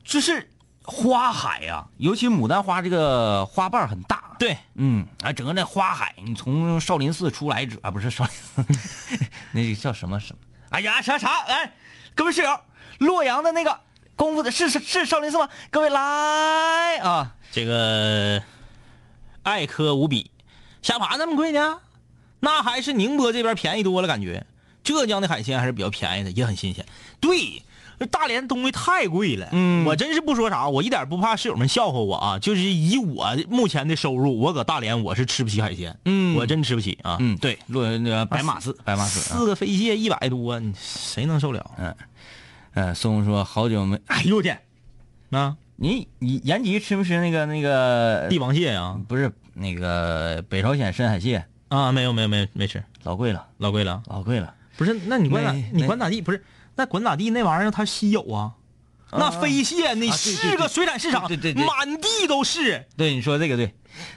Speaker 3: 就是花海呀、尤其牡丹花这个花瓣儿很大，
Speaker 4: 对，
Speaker 3: 嗯，啊，整个那花海，你从少林寺出来之 啊，不是少林寺，那个叫什么什么？哎呀，啥啥？哎，各位室友，洛阳的那个功夫的是是是少林寺吗？各位来啊！
Speaker 4: 这个艾科无比，虾爬那么贵呢？那还是宁波这边便宜多了，感觉浙江的海鲜还是比较便宜的，也很新鲜。对，大连东西太贵了。
Speaker 3: 嗯
Speaker 4: 我真是不说啥，我一点不怕室友们笑话我啊。就是以我目前的收入，我搁大连我是吃不起海鲜，
Speaker 3: 嗯
Speaker 4: 我真吃不起啊。嗯
Speaker 3: 嗯，对，洛那个白马寺，白马寺。啊
Speaker 4: 四个飞蟹一百多，你谁能受了？
Speaker 3: 嗯，孙红说好久没，哎呦我天，
Speaker 4: 啊，
Speaker 3: 你你延吉吃没吃那个那个
Speaker 4: 帝王蟹呀、
Speaker 3: 不是那个北朝鲜深海蟹，
Speaker 4: 啊？没有没有没有没吃，
Speaker 3: 老贵了，
Speaker 4: 老贵了。
Speaker 3: 老贵了。
Speaker 4: 不是，那你管咋
Speaker 3: 那
Speaker 4: 你管咋地？不是，那管咋地？那玩意儿它稀有啊，那飞蟹你
Speaker 3: 啊对对
Speaker 4: 是个水产市场，
Speaker 3: 对对对
Speaker 4: 满地都是。
Speaker 3: 对，你说这个对，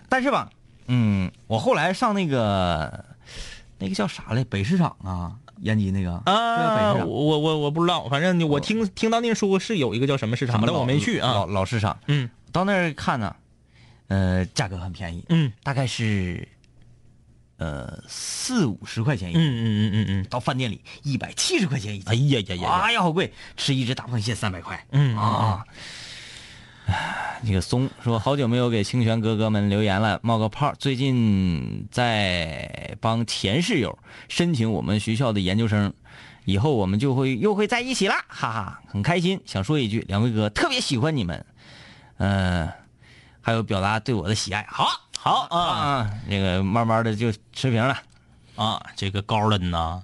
Speaker 3: 但是吧，嗯，我后来上那个那个叫啥来，北市场啊，延吉那个是叫
Speaker 4: 啊，
Speaker 3: 北市
Speaker 4: 我
Speaker 3: 场
Speaker 4: 我我我不知道，反正我听听当地人说过是有一个叫什么市场，
Speaker 3: 什么
Speaker 4: 但我
Speaker 3: 老
Speaker 4: 没去啊
Speaker 3: 老。老市场，
Speaker 4: 嗯
Speaker 3: 到那儿看呢，呃，价格很便宜，
Speaker 4: 嗯
Speaker 3: 大概是呃四五十块钱一斤，
Speaker 4: 嗯嗯嗯嗯嗯，
Speaker 3: 到饭店里一百七十块钱一斤，
Speaker 4: 哎呀呀呀呀！
Speaker 3: 哎呀，好贵！吃一只大螃蟹三百块。
Speaker 4: 嗯
Speaker 3: 啊，唉那个松说好久没有给清泉哥哥们留言了，冒个泡。最近在帮前室友申请我们学校的研究生，以后我们就会又会在一起啦，哈哈，很开心。想说一句，两位哥特别喜欢你们，嗯、还有表达对我的喜爱。好
Speaker 4: 好啊
Speaker 3: 啊，那个慢慢的就持平了。
Speaker 4: 啊，这个高冷呐。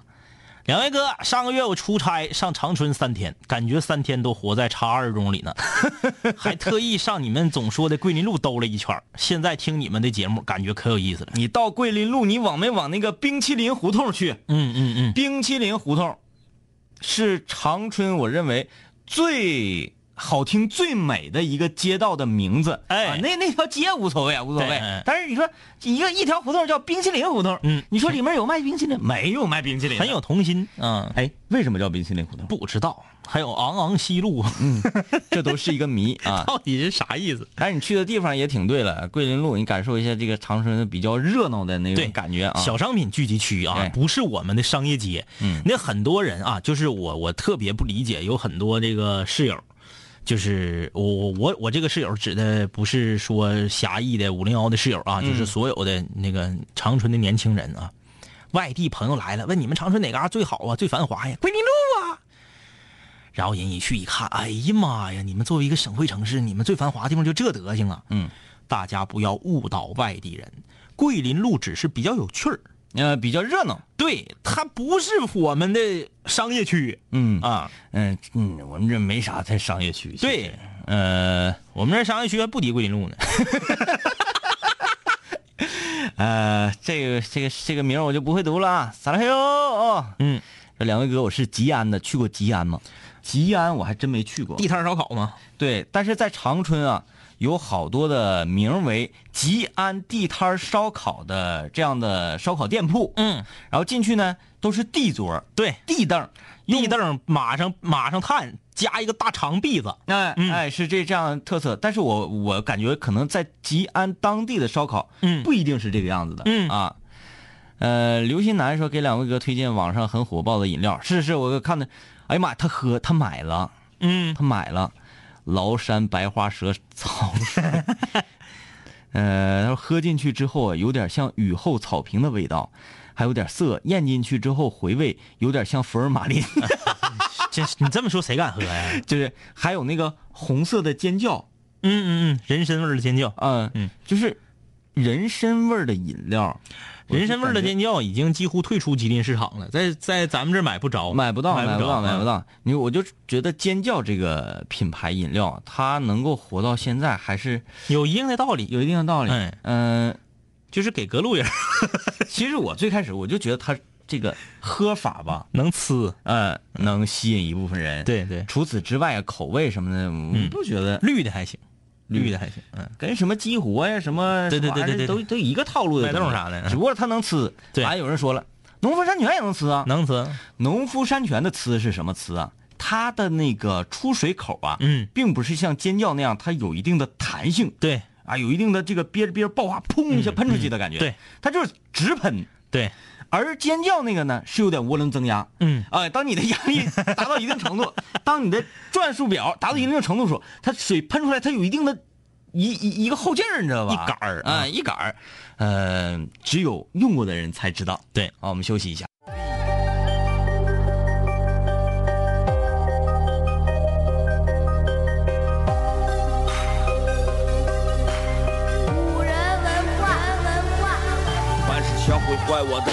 Speaker 4: 两位哥，上个月我出差上长春三天，感觉三天都活在叉二中里 呢，还特意上你们总说的桂林路兜了一圈儿。现在听你们的节目，感觉可有意思了。
Speaker 3: 你到桂林路，你往没往那个冰淇淋胡同去？
Speaker 4: 嗯嗯嗯，
Speaker 3: 冰淇淋胡同是长春，我认为最好听、最美的一个街道的名字。
Speaker 4: 哎
Speaker 3: 啊那那条街无所谓，啊，无所
Speaker 4: 对
Speaker 3: 谓
Speaker 4: 哎。
Speaker 3: 但是你说一个一条胡同叫冰淇淋胡同，
Speaker 4: 嗯
Speaker 3: 你说里面有卖冰淇淋？没有卖冰淇淋的，
Speaker 4: 很有童心啊、
Speaker 3: 哎，为什么叫冰淇淋胡同？
Speaker 4: 不知道，还有昂昂西路，
Speaker 3: 这都是一个谜啊！
Speaker 4: 到底是啥意思？
Speaker 3: 但是你去的地方也挺对了，桂林路，你感受一下这个长春比较热闹的那
Speaker 4: 对
Speaker 3: 种感觉啊。
Speaker 4: 小商品聚集区啊
Speaker 3: 哎，
Speaker 4: 不是我们的商业街。
Speaker 3: 嗯
Speaker 4: 那很多人啊，就是我，我特别不理解，有很多这个室友，就是我我我我这个室友指的不是说狭义的五零幺的室友啊，
Speaker 3: 嗯
Speaker 4: 就是所有的那个长春的年轻人啊，外地朋友来了，问你们长春哪嘎最好啊，最繁华呀？桂林路啊。然后人一去一看，哎呀妈呀！你们作为一个省会城市，你们最繁华的地方就这德行啊！
Speaker 3: 嗯，
Speaker 4: 大家不要误导外地人，桂林路只是比较有趣儿，
Speaker 3: 呃，比较热闹。
Speaker 4: 对，它不是我们的商业区
Speaker 3: 嗯
Speaker 4: 啊。
Speaker 3: 嗯嗯，我们这没啥太商业区。其实
Speaker 4: 对，
Speaker 3: 呃。
Speaker 4: 我们这商业区还不敌桂林路呢。
Speaker 3: 呃，这个这个这个名儿我就不会读了啊，撒拉嘿哟哦。
Speaker 4: 嗯，
Speaker 3: 这两位哥，我是吉安的，去过吉安吗？吉安我还真没去过。
Speaker 4: 地摊烧烤嘛，
Speaker 3: 对，但是在长春啊，有好多的名为吉安地摊儿烧烤的这样的烧烤店铺。
Speaker 4: 嗯，
Speaker 3: 然后进去呢，都是地桌儿、
Speaker 4: 对，
Speaker 3: 地凳儿、用
Speaker 4: 地凳马上马上炭，加一个大长篦子。
Speaker 3: 哎、
Speaker 4: 嗯
Speaker 3: 哎，是这这样的特色，但是我我感觉可能在吉安当地的烧烤，
Speaker 4: 嗯
Speaker 3: 不一定是这个样子的，
Speaker 4: 嗯
Speaker 3: 啊，呃，刘新南说给两位哥推荐网上很火爆的饮料，是是，我看的，哎呀妈，他喝他买了，
Speaker 4: 嗯，
Speaker 3: 他买了崂山白花蛇草水， 呃，他说喝进去之后啊，有点像雨后草坪的味道，还有点涩，咽进去之后回味，有点像福尔马林。
Speaker 4: 这你这么说谁敢喝呀？
Speaker 3: 就是还有那个红色的尖叫，
Speaker 4: 嗯嗯嗯，人参味儿的尖叫，
Speaker 3: 嗯
Speaker 4: 嗯，
Speaker 3: 就是人参味儿的饮料，
Speaker 4: 人参味儿
Speaker 3: 我就
Speaker 4: 的
Speaker 3: 感
Speaker 4: 尖叫已经几乎退出吉林市场了，在在咱们这儿买不着，
Speaker 3: 觉买不到，
Speaker 4: 买
Speaker 3: 买不到，
Speaker 4: 着
Speaker 3: 买不。
Speaker 4: 嗯
Speaker 3: 到。你我就觉得尖叫这个品牌饮料，它能够活到现在，还是
Speaker 4: 有一定的道理，
Speaker 3: 有一定的道理。
Speaker 4: 哎
Speaker 3: 嗯，
Speaker 4: 就是给隔路人
Speaker 3: 其实我最开始我就觉得它这个喝法吧，
Speaker 4: 能呲。
Speaker 3: 呃，能吸引一部分人。，
Speaker 4: 对嗯对，
Speaker 3: 除此之外，口味什么的，我不觉得
Speaker 4: 绿的还行，绿
Speaker 3: 绿
Speaker 4: 的还行。嗯，
Speaker 3: 跟什么激活呀、什么
Speaker 4: 对对对
Speaker 3: 什么玩意儿
Speaker 4: 对对
Speaker 3: 都都一个套路的
Speaker 4: 脉动
Speaker 3: 东西
Speaker 4: 啥的
Speaker 3: 只不过它能呲。
Speaker 4: 对
Speaker 3: 啊，有人说了，农夫山泉也能呲啊，
Speaker 4: 能呲。
Speaker 3: 农夫山泉的呲是什么呲啊？它的那个出水口啊，
Speaker 4: 嗯，
Speaker 3: 并不是像尖叫那样，它有一定的弹性
Speaker 4: 对
Speaker 3: 啊，有一定的这个憋着憋着爆发，砰一下喷出去的感觉。
Speaker 4: 嗯对，
Speaker 3: 它就是直喷。
Speaker 4: 对，
Speaker 3: 而尖叫那个呢是有点涡轮增压，
Speaker 4: 嗯
Speaker 3: 啊、当你的压力达到一定程度，当你的转速表达到一定程度的时候，它水喷出来，它有一定的一一一个后劲儿，你知道吧？
Speaker 4: 一杆儿
Speaker 3: 啊、
Speaker 4: 啊
Speaker 3: 一杆儿，呃，只有用过的人才知道。
Speaker 4: 对
Speaker 3: 啊，我们休息一下。
Speaker 1: 古人文化文化。
Speaker 5: 凡是想毁坏我的，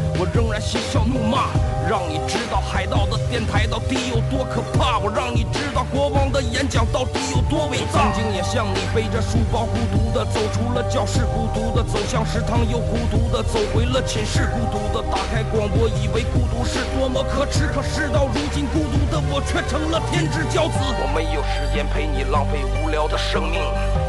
Speaker 5: 我仍然嬉笑怒骂，让你知道海盗的电台到底有多可怕，我让你知道国王的演讲到底有多伟大。曾经也像你背着书包孤独的走出了教室，孤独的走向食堂，又孤独的走回了寝室，孤独的打开广播，以为孤独是多么可耻，可事到如今，孤独的我却成了天之骄子。我没有时间陪你浪费无聊的生命。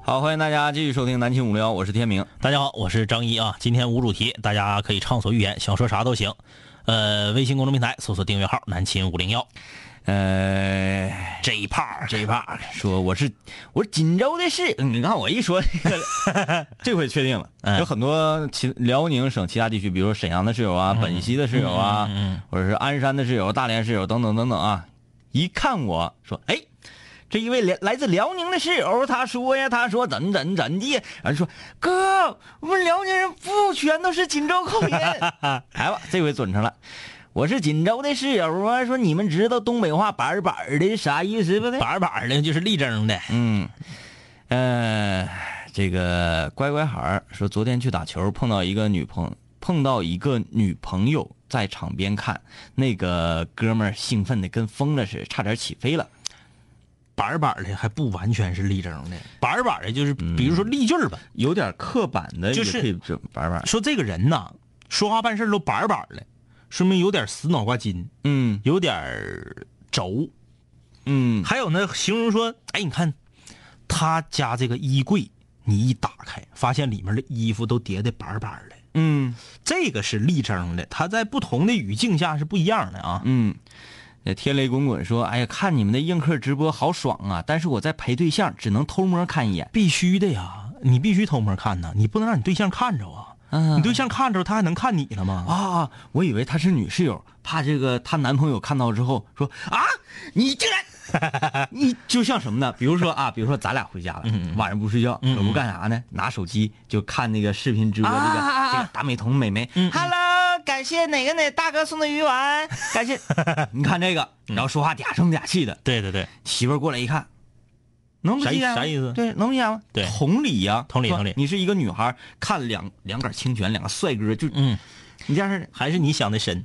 Speaker 3: 好，欢迎大家继续收听南青五聊，我是天明。
Speaker 4: 大家好，我是张一啊。今天无主题，大家可以畅所欲言，想说啥都行。呃，微信公众平台搜索订阅号“南秦五零幺
Speaker 3: 呃，”
Speaker 4: 这一 part
Speaker 3: 这一趴说我是我是锦州的市，嗯你看我一说这个，这回确定了，
Speaker 4: 嗯
Speaker 3: 有很多其辽宁省其他地区，比如说沈阳的室友啊、本溪的室友啊，或者是鞍山的室友、大连室友等等等等啊，一看我说，哎，这一位来来自辽宁的室友，他说呀，他说怎么怎么怎么地，然后说哥，我们辽宁人不全都是锦州口音，来吧，这回准成了。我是锦州的室友啊，说你们知道东北话板儿板儿的啥意思不呢？
Speaker 4: 板儿板儿的，就是立正的。
Speaker 3: 嗯，呃，这个乖乖孩儿说，昨天去打球碰到一个女朋碰到一个女朋友在场边看，那个哥们儿兴奋的跟疯了似的，差点起飞了。
Speaker 4: 板儿板儿的还不完全是立正的，板儿板儿的就是，比如说立句儿吧，
Speaker 3: 有点刻板的，也
Speaker 4: 就是
Speaker 3: 可以这玩玩。
Speaker 4: 说这个人呐，说话办事儿都板儿板儿的，说明有点死脑瓜筋，
Speaker 3: 嗯
Speaker 4: 有点儿轴。
Speaker 3: 嗯，
Speaker 4: 还有呢，形容说，哎，你看他家这个衣柜，你一打开，发现里面的衣服都叠的板儿板儿的。
Speaker 3: 嗯
Speaker 4: 这个是力争的，它在不同的语境下是不一样的啊。
Speaker 3: 嗯。呃天雷滚滚说：“哎呀，看你们的映客直播好爽啊！但是我在陪对象，只能偷摸看一眼。
Speaker 4: 必须的呀，你必须偷摸看呐，你不能让你对象看着啊。
Speaker 3: 嗯
Speaker 4: 你对象看着他还能看你了吗？
Speaker 3: 啊，我以为她是女室友，怕这个她男朋友看到之后说啊，你竟 然，你就像什么呢？比如说啊，比如说咱俩回家了，
Speaker 4: 嗯
Speaker 3: 晚上不睡觉，可不干啥呢？拿手机就看那个视频直播，这个、
Speaker 4: 啊嗯啊啊
Speaker 3: 这个大美瞳美眉、哈 h e l l o 感谢哪个哪大哥送的鱼丸，感 谢，你看这个，
Speaker 4: 嗯
Speaker 3: 然后说话嗲声嗲气的，
Speaker 4: 对对对，
Speaker 3: 媳妇儿过来一看，能不
Speaker 4: 啥意
Speaker 3: 急眼吗
Speaker 4: 啥意思
Speaker 3: 对，能不急眼吗？
Speaker 4: 对
Speaker 3: 同理呀、
Speaker 4: 同理
Speaker 3: 是吧
Speaker 4: 同理
Speaker 3: 你是一个女孩儿，看两两杆清泉，两个帅哥，就
Speaker 4: 嗯，
Speaker 3: 你这样式的。
Speaker 4: 还是你想的深。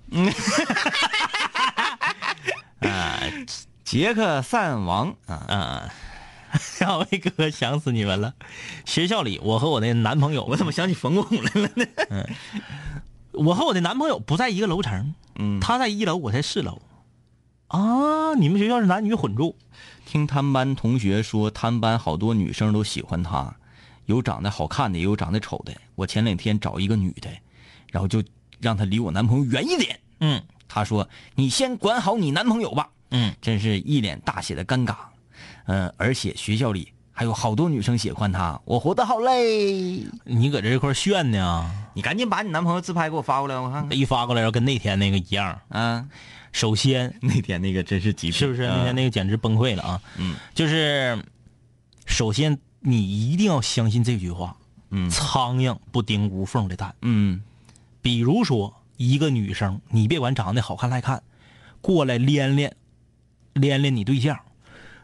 Speaker 3: 杰克散王啊，
Speaker 4: 啊，小伟哥想死你们了。学校里，我和我的男朋友，嗯
Speaker 3: 我怎么想起冯巩来了 呢？
Speaker 4: 我和我的男朋友不在一个楼层，
Speaker 3: 嗯，
Speaker 4: 他在一楼，我在四楼。啊，你们学校是男女混住？
Speaker 3: 听他们班同学说，他们班好多女生都喜欢他，有长得好看的，也有长得丑的。我前两天找一个女的，然后就让她离我男朋友远一点。
Speaker 4: 嗯
Speaker 3: 她说：“你先管好你男朋友吧。”
Speaker 4: 嗯，
Speaker 3: 真是一脸大写的尴尬。嗯、而且学校里还有好多女生喜欢他，我活得好累。
Speaker 4: 你搁这块儿炫呢，
Speaker 3: 你赶紧把你男朋友自拍给我发过来，我看看。
Speaker 4: 一发过来，然后跟那天那个一样。
Speaker 3: 啊，
Speaker 4: 首先，
Speaker 3: 那天那个真是极品，
Speaker 4: 是不是？那天那个简直崩溃了啊！
Speaker 3: 嗯，
Speaker 4: 就是首先你一定要相信这句话：
Speaker 3: 嗯
Speaker 4: 苍蝇不叮无缝的蛋。
Speaker 3: 嗯
Speaker 4: 比如说一个女生，你别管长得好看赖看，过来连连连连你对象，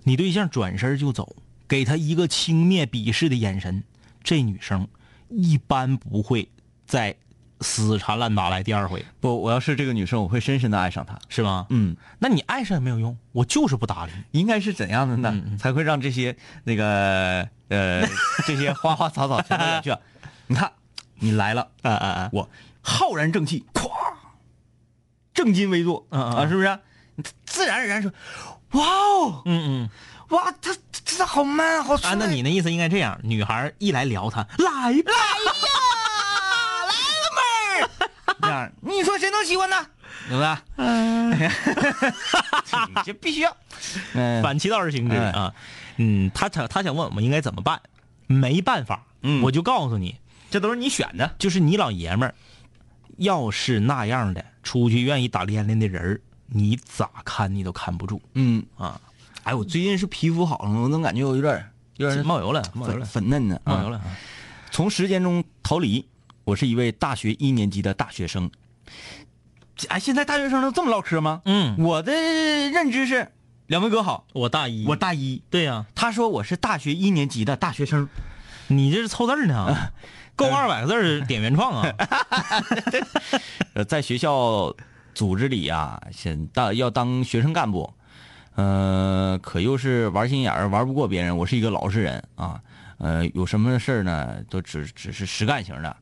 Speaker 4: 你对象转身就走，给她一个轻蔑鄙视的眼神，这女生一般不会再死缠烂打来第二回，
Speaker 3: 不，我要是这个女生，我会深深的爱上她。
Speaker 4: 是吗？
Speaker 3: 嗯，
Speaker 4: 那你爱上也没有用，我就是不搭理你。
Speaker 3: 应该是怎样的呢？才会让这些那个 呃这些花花草草全都远去？啊 你看，你来了，
Speaker 4: 啊啊啊！
Speaker 3: 我浩然正气，咵，正襟危坐，
Speaker 4: 嗯嗯
Speaker 3: 啊，是不是？自然而然说，哇哦，
Speaker 4: 嗯嗯，
Speaker 3: 哇，他他他好 man，好帅。
Speaker 4: 按照啊你的意思应该这样，女孩一来撩他，来 吧，
Speaker 3: 这样，你说谁能喜欢呢？对吧？嗯， 这必须要，嗯，
Speaker 4: 反其道而行之
Speaker 3: 哎
Speaker 4: 啊。嗯，他想他想问我们应该怎么办，没办法，
Speaker 3: 嗯
Speaker 4: 我就告诉你，
Speaker 3: 这都是你选的。
Speaker 4: 就是你老爷们儿，要是那样的出去愿意打连连的人儿，你咋看你都看不住
Speaker 3: 嗯，
Speaker 4: 啊，
Speaker 3: 哎，我最近是皮肤好了吗，我能感觉我有点儿有点儿
Speaker 4: 冒油了，冒油
Speaker 3: 粉
Speaker 4: 了，
Speaker 3: 粉嫩呢。
Speaker 4: 冒油了。
Speaker 3: 啊
Speaker 4: 啊
Speaker 3: 从时间中逃离。我是一位大学一年级的大学生。哎，现在大学生都这么唠嗑吗？
Speaker 4: 嗯，
Speaker 3: 我的认知是，两位哥好，
Speaker 4: 我大一，
Speaker 3: 我大一。
Speaker 4: 对呀、
Speaker 3: 他说我是大学一年级的大学生，
Speaker 4: 你这是凑字儿
Speaker 3: 啊
Speaker 4: 呢，够二百个字儿点原创啊。
Speaker 3: 呃，在学校组织里啊，现大要当学生干部，呃，可又是玩心眼儿，玩不过别人。我是一个老实人啊，呃，有什么事儿呢，都只只是实干型的，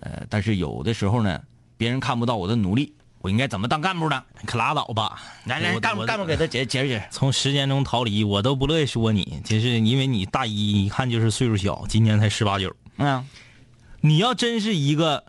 Speaker 3: 呃，但是有的时候呢，别人看不到我的努力，我应该怎么当干部呢？
Speaker 4: 可拉倒吧！
Speaker 3: 来来，
Speaker 4: 我
Speaker 3: 干部
Speaker 4: 我
Speaker 3: 干部给他解解释解释。
Speaker 4: 从时间中逃离，我都不乐意说你，就是因为你大一，一看就是岁数小，今年才十八九。
Speaker 3: 嗯，
Speaker 4: 你要真是一个，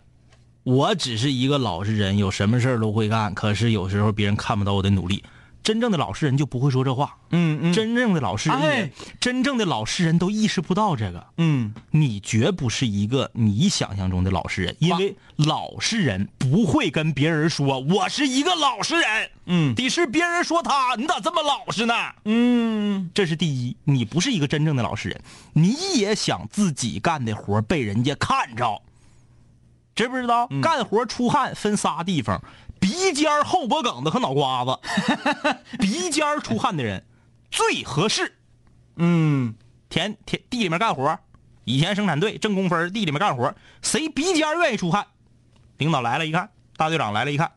Speaker 4: 我只是一个老实人，有什么事儿都会干，可是有时候别人看不到我的努力。真正的老实人就不会说这话，
Speaker 3: 嗯嗯
Speaker 4: 真正的老实人也、
Speaker 3: 哎
Speaker 4: 真正的老实人都意识不到这个。
Speaker 3: 嗯，
Speaker 4: 你绝不是一个你想象中的老实人，因为老实人不会跟别人说我是一个老实人，
Speaker 3: 嗯
Speaker 4: 得是别人说他，你咋这么老实呢？
Speaker 3: 嗯，
Speaker 4: 这是第一，你不是一个真正的老实人，你也想自己干的活被人家看着，知不知道？
Speaker 3: 嗯
Speaker 4: 干活出汗分仨地方：鼻尖儿、后脖梗子和脑 瓜子。鼻尖儿出汗的人最合适。
Speaker 3: 嗯，
Speaker 4: 田田地里面干活，以前生产队挣工分儿，地里面干活，谁鼻尖儿愿意出汗？领导来了，一看大队长来了，一看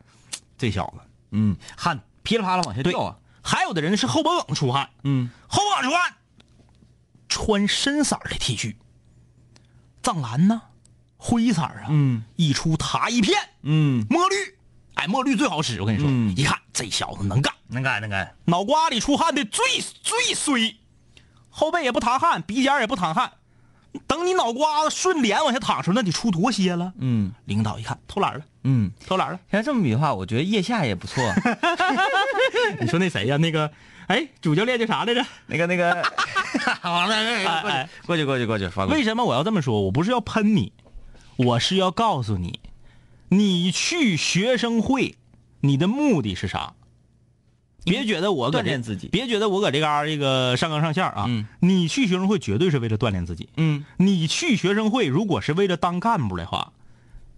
Speaker 4: 这小子，
Speaker 3: 嗯，汗噼里啪啦往下
Speaker 4: 对
Speaker 3: 掉啊。
Speaker 4: 还有的人是后脖梗出汗，
Speaker 3: 嗯，
Speaker 4: 后脖梗出汗，穿深色儿的 T 恤，藏蓝呐、灰色儿啊，
Speaker 3: 嗯，
Speaker 4: 一出塌一片，
Speaker 3: 嗯
Speaker 4: 墨绿，哎，墨绿最好使，我跟你说，
Speaker 3: 嗯
Speaker 4: 一看这小子能干，
Speaker 3: 能干能干。
Speaker 4: 脑瓜里出汗的最最衰，后背也不淌汗，鼻尖儿也不淌汗，等你脑瓜子顺脸往下淌时候，那得出多些了。
Speaker 3: 嗯
Speaker 4: 领导一看偷懒了，
Speaker 3: 嗯，
Speaker 4: 偷懒了。
Speaker 3: 像这么比的话，我觉得腋下也不 错。
Speaker 4: 你说那谁呀、那个，哎，主教练叫啥来着？
Speaker 3: 那个那个， 好了，
Speaker 4: 哎
Speaker 3: 过去过去过去，发过去。
Speaker 4: 为什么我要这么说？我不是要喷你，我是要告诉你，你去学生会，你的目的是啥？别觉得我搁
Speaker 3: 锻
Speaker 4: 这
Speaker 3: 炼自己
Speaker 4: 别觉得我搁这嘎儿这个上纲上线儿啊！
Speaker 3: 嗯
Speaker 4: 你去学生会绝对是为了锻炼自己。
Speaker 3: 嗯
Speaker 4: 你去学生会如果是为了当干部的话，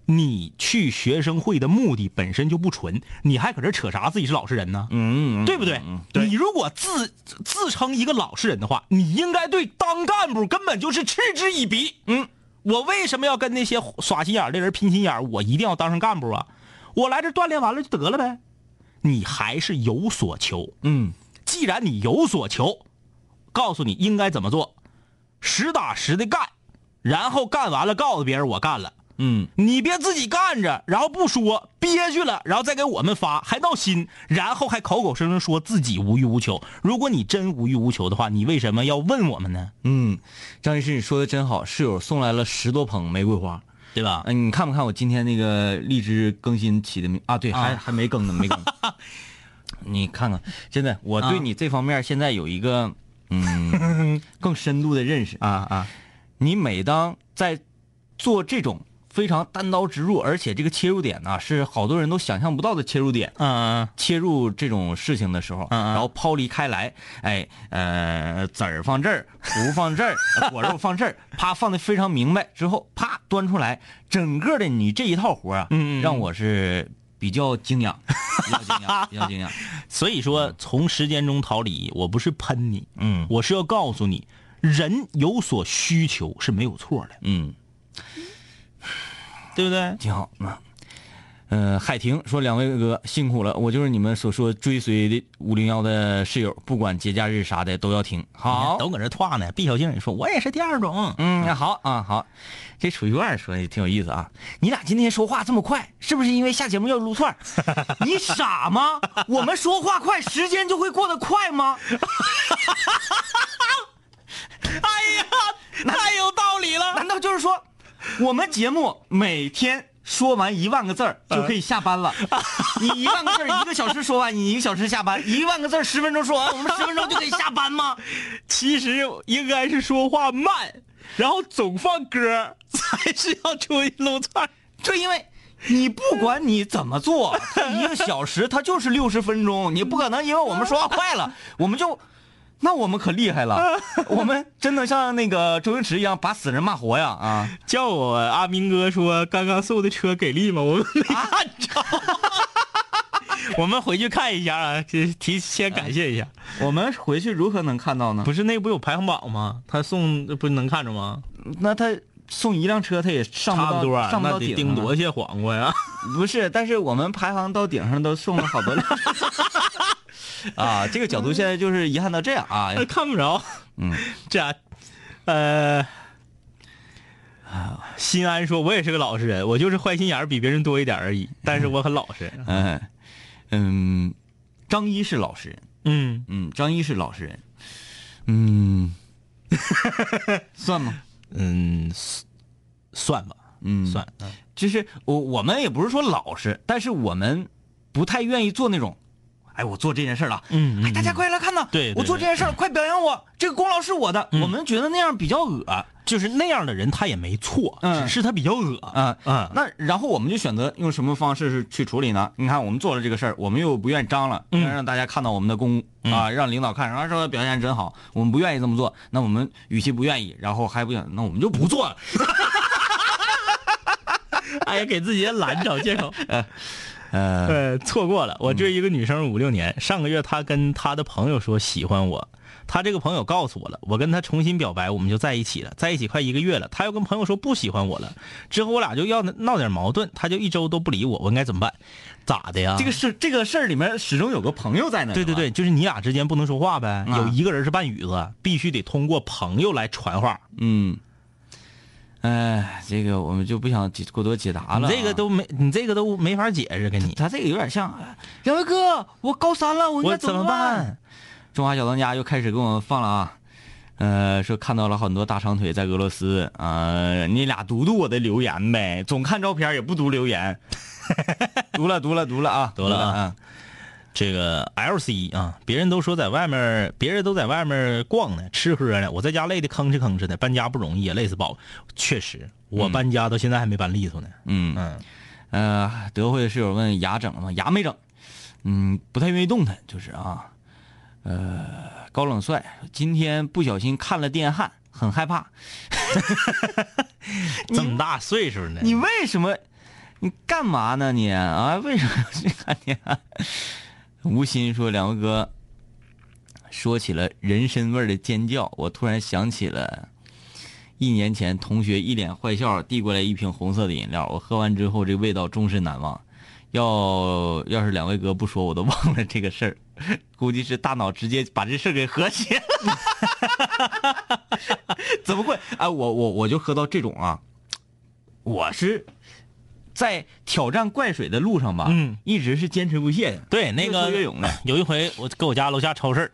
Speaker 4: 你去学生会的目的本身就不纯，你还搁这扯啥自己是老实人呢？
Speaker 3: 嗯，嗯
Speaker 4: 对不对？
Speaker 3: 嗯对
Speaker 4: 你如果自自称一个老实人的话，你应该对当干部根本就是嗤之以鼻。嗯，我为什么要跟那些耍心眼儿的人拼心眼儿？我一定要当上干部啊！我来这儿锻炼完了就得了呗。你还是有所求。
Speaker 3: 嗯
Speaker 4: 既然你有所求，告诉你应该怎么做，实打实的干，然后干完了告诉别人我干了。
Speaker 3: 嗯
Speaker 4: 你别自己干着，然后不说，憋屈了，然后再给我们发，还闹心，然后还口口声声说自己无欲无求。如果你真无欲无求的话，你为什么要问我们呢？
Speaker 3: 嗯，张医师你说的真好，室友送来了十多捧玫瑰花。
Speaker 4: 对吧？
Speaker 3: 嗯，你看不看我今天那个荔枝更新起的名啊？对，还
Speaker 4: 啊
Speaker 3: 还没更呢，没更。 你看看，真的，我对
Speaker 4: 啊
Speaker 3: 你这方面现在有一个 嗯更深度的认识。
Speaker 4: 啊啊，
Speaker 3: 你每当在做这种非常单刀直入，而且这个切入点呢、啊是好多人都想象不到的切入点，
Speaker 4: 嗯
Speaker 3: 切入这种事情的时候，
Speaker 4: 嗯嗯
Speaker 3: 然后抛离开来，哎，呃，籽儿放这儿，核放 这儿，果肉放这儿，啪放的非常明白之后，啪端出来，整个的你这一套活啊，
Speaker 4: 嗯嗯嗯
Speaker 3: 让我是比较惊讶，要敬 仰，要敬仰。
Speaker 4: 所以说，从时间中逃离，我不是喷你，
Speaker 3: 嗯
Speaker 4: 我是要告诉你，人有所需求是没有错的，
Speaker 3: 嗯，
Speaker 4: 对不对？
Speaker 3: 挺好。嗯，呃，海婷说：“两位哥辛苦了，我就是你们所说追随的五零幺的室友，不管节假日啥的都要听。”好，
Speaker 4: 都搁这话呢。毕小静也说，我也是第二种。
Speaker 3: 嗯，那好啊，好，这楚玉二说的挺有意思啊。你俩今天说话这么快，是不是因为下节目要撸串儿？ 你傻吗？我们说话快，时间就会过得快吗？
Speaker 4: 哎 呀，太有道理了。
Speaker 3: 难道就是说，我们节目每天说完一万个字儿就可以下班了？你一万个字儿一个小时说完，你一个小时下班；一万个字儿十分钟说完，我们十分钟就可以下班吗？
Speaker 4: 其实应该是说话慢，然后总放歌，才是要出去撸串。
Speaker 3: 就因为你不管你怎么 做，它一个小时它就是六十分钟，你不可能因为我们说话快 了，我们就，那我们可厉害了，我们真能像那个周星驰一样把死人骂活呀 啊！
Speaker 4: 叫我阿明哥说，刚刚送的车给力吗？我们没
Speaker 3: 啊
Speaker 4: 看着。 我们回去看一下啊，提提先感谢一下。
Speaker 3: 我们回去如何能看到呢？
Speaker 4: 不是那不有排行榜吗？他送不能看着吗？
Speaker 3: 那他送一辆车他也上不
Speaker 4: 差
Speaker 3: 到
Speaker 4: 不多啊，
Speaker 3: 上不
Speaker 4: 那
Speaker 3: 到
Speaker 4: 得
Speaker 3: 顶
Speaker 4: 顶
Speaker 3: 啊
Speaker 4: 多些黄 瓜呀。
Speaker 3: 不是，但是我们排行到顶上都送了好 多辆。啊，这个角度现在就是遗憾到这样 啊，
Speaker 4: 看不着。
Speaker 3: 嗯，
Speaker 4: 这样，呃，新安说，我也是个老实人，我就是坏心眼儿比别人多一点而已，但是我很老实。
Speaker 3: 嗯 嗯，张一是老实人，
Speaker 4: 嗯，
Speaker 3: 嗯，张一是老实人，嗯， 算吗？
Speaker 4: 嗯，算吧，
Speaker 3: 嗯，。
Speaker 4: 算。
Speaker 3: 就是我我们也不是说老实，但是我们不太愿意做那种，哎，我做这件事儿了，
Speaker 4: 嗯嗯
Speaker 3: 哎，大家快来看呐，
Speaker 4: 对对嗯
Speaker 3: 我做这件事儿了，快表扬我，这个功劳是我的。我们觉得那样比较恶
Speaker 4: 就是那样的人，他也没错，
Speaker 3: 嗯
Speaker 4: 只是他比较恶
Speaker 3: 啊
Speaker 4: 啊
Speaker 3: 那然后我们就选择用什么方式是去处理呢？你看，我们做了这个事儿，我们又不愿意张了，
Speaker 4: 嗯
Speaker 3: 让大家看到我们的功啊，让领导看，然后说表现真好，我们不愿意这么做。那我们与其不愿意，然后还不想，那我们就不做了。
Speaker 4: 哎呀，给自己懒找借 口。
Speaker 3: 呃，
Speaker 4: 呃，错过了。我追一个女生五六年，上个月她跟她的朋友说喜欢我，她这个朋友告诉我了，我跟她重新表白，我们就在一起了，在一起快一个月了，她又跟朋友说不喜欢我了，之后我俩就要闹点矛盾，她就一周都不理我，我应该怎么办？咋的呀？
Speaker 3: 这个事这个事儿里面始终有个朋友在那，
Speaker 4: 对对
Speaker 3: 是吧，
Speaker 4: 对，就是你俩之间不能说话呗，
Speaker 3: 啊
Speaker 4: 有一个人是半语子，必须得通过朋友来传话。
Speaker 3: 嗯，哎，这个我们就不想解过多解答
Speaker 4: 你
Speaker 3: 了啊。
Speaker 4: 这个都没，你这个都没法解释，跟你
Speaker 3: 他这个有点像，哎两位哥，我高三了，我应该
Speaker 4: 我
Speaker 3: 怎
Speaker 4: 怎
Speaker 3: 么
Speaker 4: 么
Speaker 3: 办？
Speaker 4: 办？
Speaker 3: 中华小当家又开始给我们放了啊，呃，说看到了很多大长腿在俄罗斯啊、呃你俩读读我的留言呗，总看照片也不读留言，读了读了读了啊，
Speaker 4: 读了啊
Speaker 3: 啊，
Speaker 4: 这个 L C 啊，别人都说在外面，别人都在外面逛呢，吃喝呢，我在家累得吭哧吭哧的，搬家不容易啊，累死宝。确实，我搬家到现在还没搬利索呢。
Speaker 3: 嗯
Speaker 4: 嗯，
Speaker 3: 呃，德惠的室友问牙整了吗？牙没整，嗯，不太愿意动弹，就是啊，呃，高冷帅今天不小心看了电焊，很害怕，
Speaker 4: 这么大岁数呢，
Speaker 3: 你为什么？你干嘛呢你啊？为什么 要去看你、啊？吴昕说：“两位哥，说起了人参味儿的尖叫，我突然想起了一年前同学一脸坏笑递过来一瓶红色的饮料，我喝完之后这味道终身难忘。要要是两位哥不说，我都忘了这个事儿， 估计是大脑直接把这事儿给和谐了。 怎么会？哎，我我我就喝到这种啊，我是在挑战怪水的路上吧，
Speaker 4: 嗯，
Speaker 3: 一直是坚持不懈的。
Speaker 4: 对那
Speaker 3: 越
Speaker 4: 个
Speaker 3: 挫越勇的，
Speaker 4: 有一回我搁我家楼下超市儿，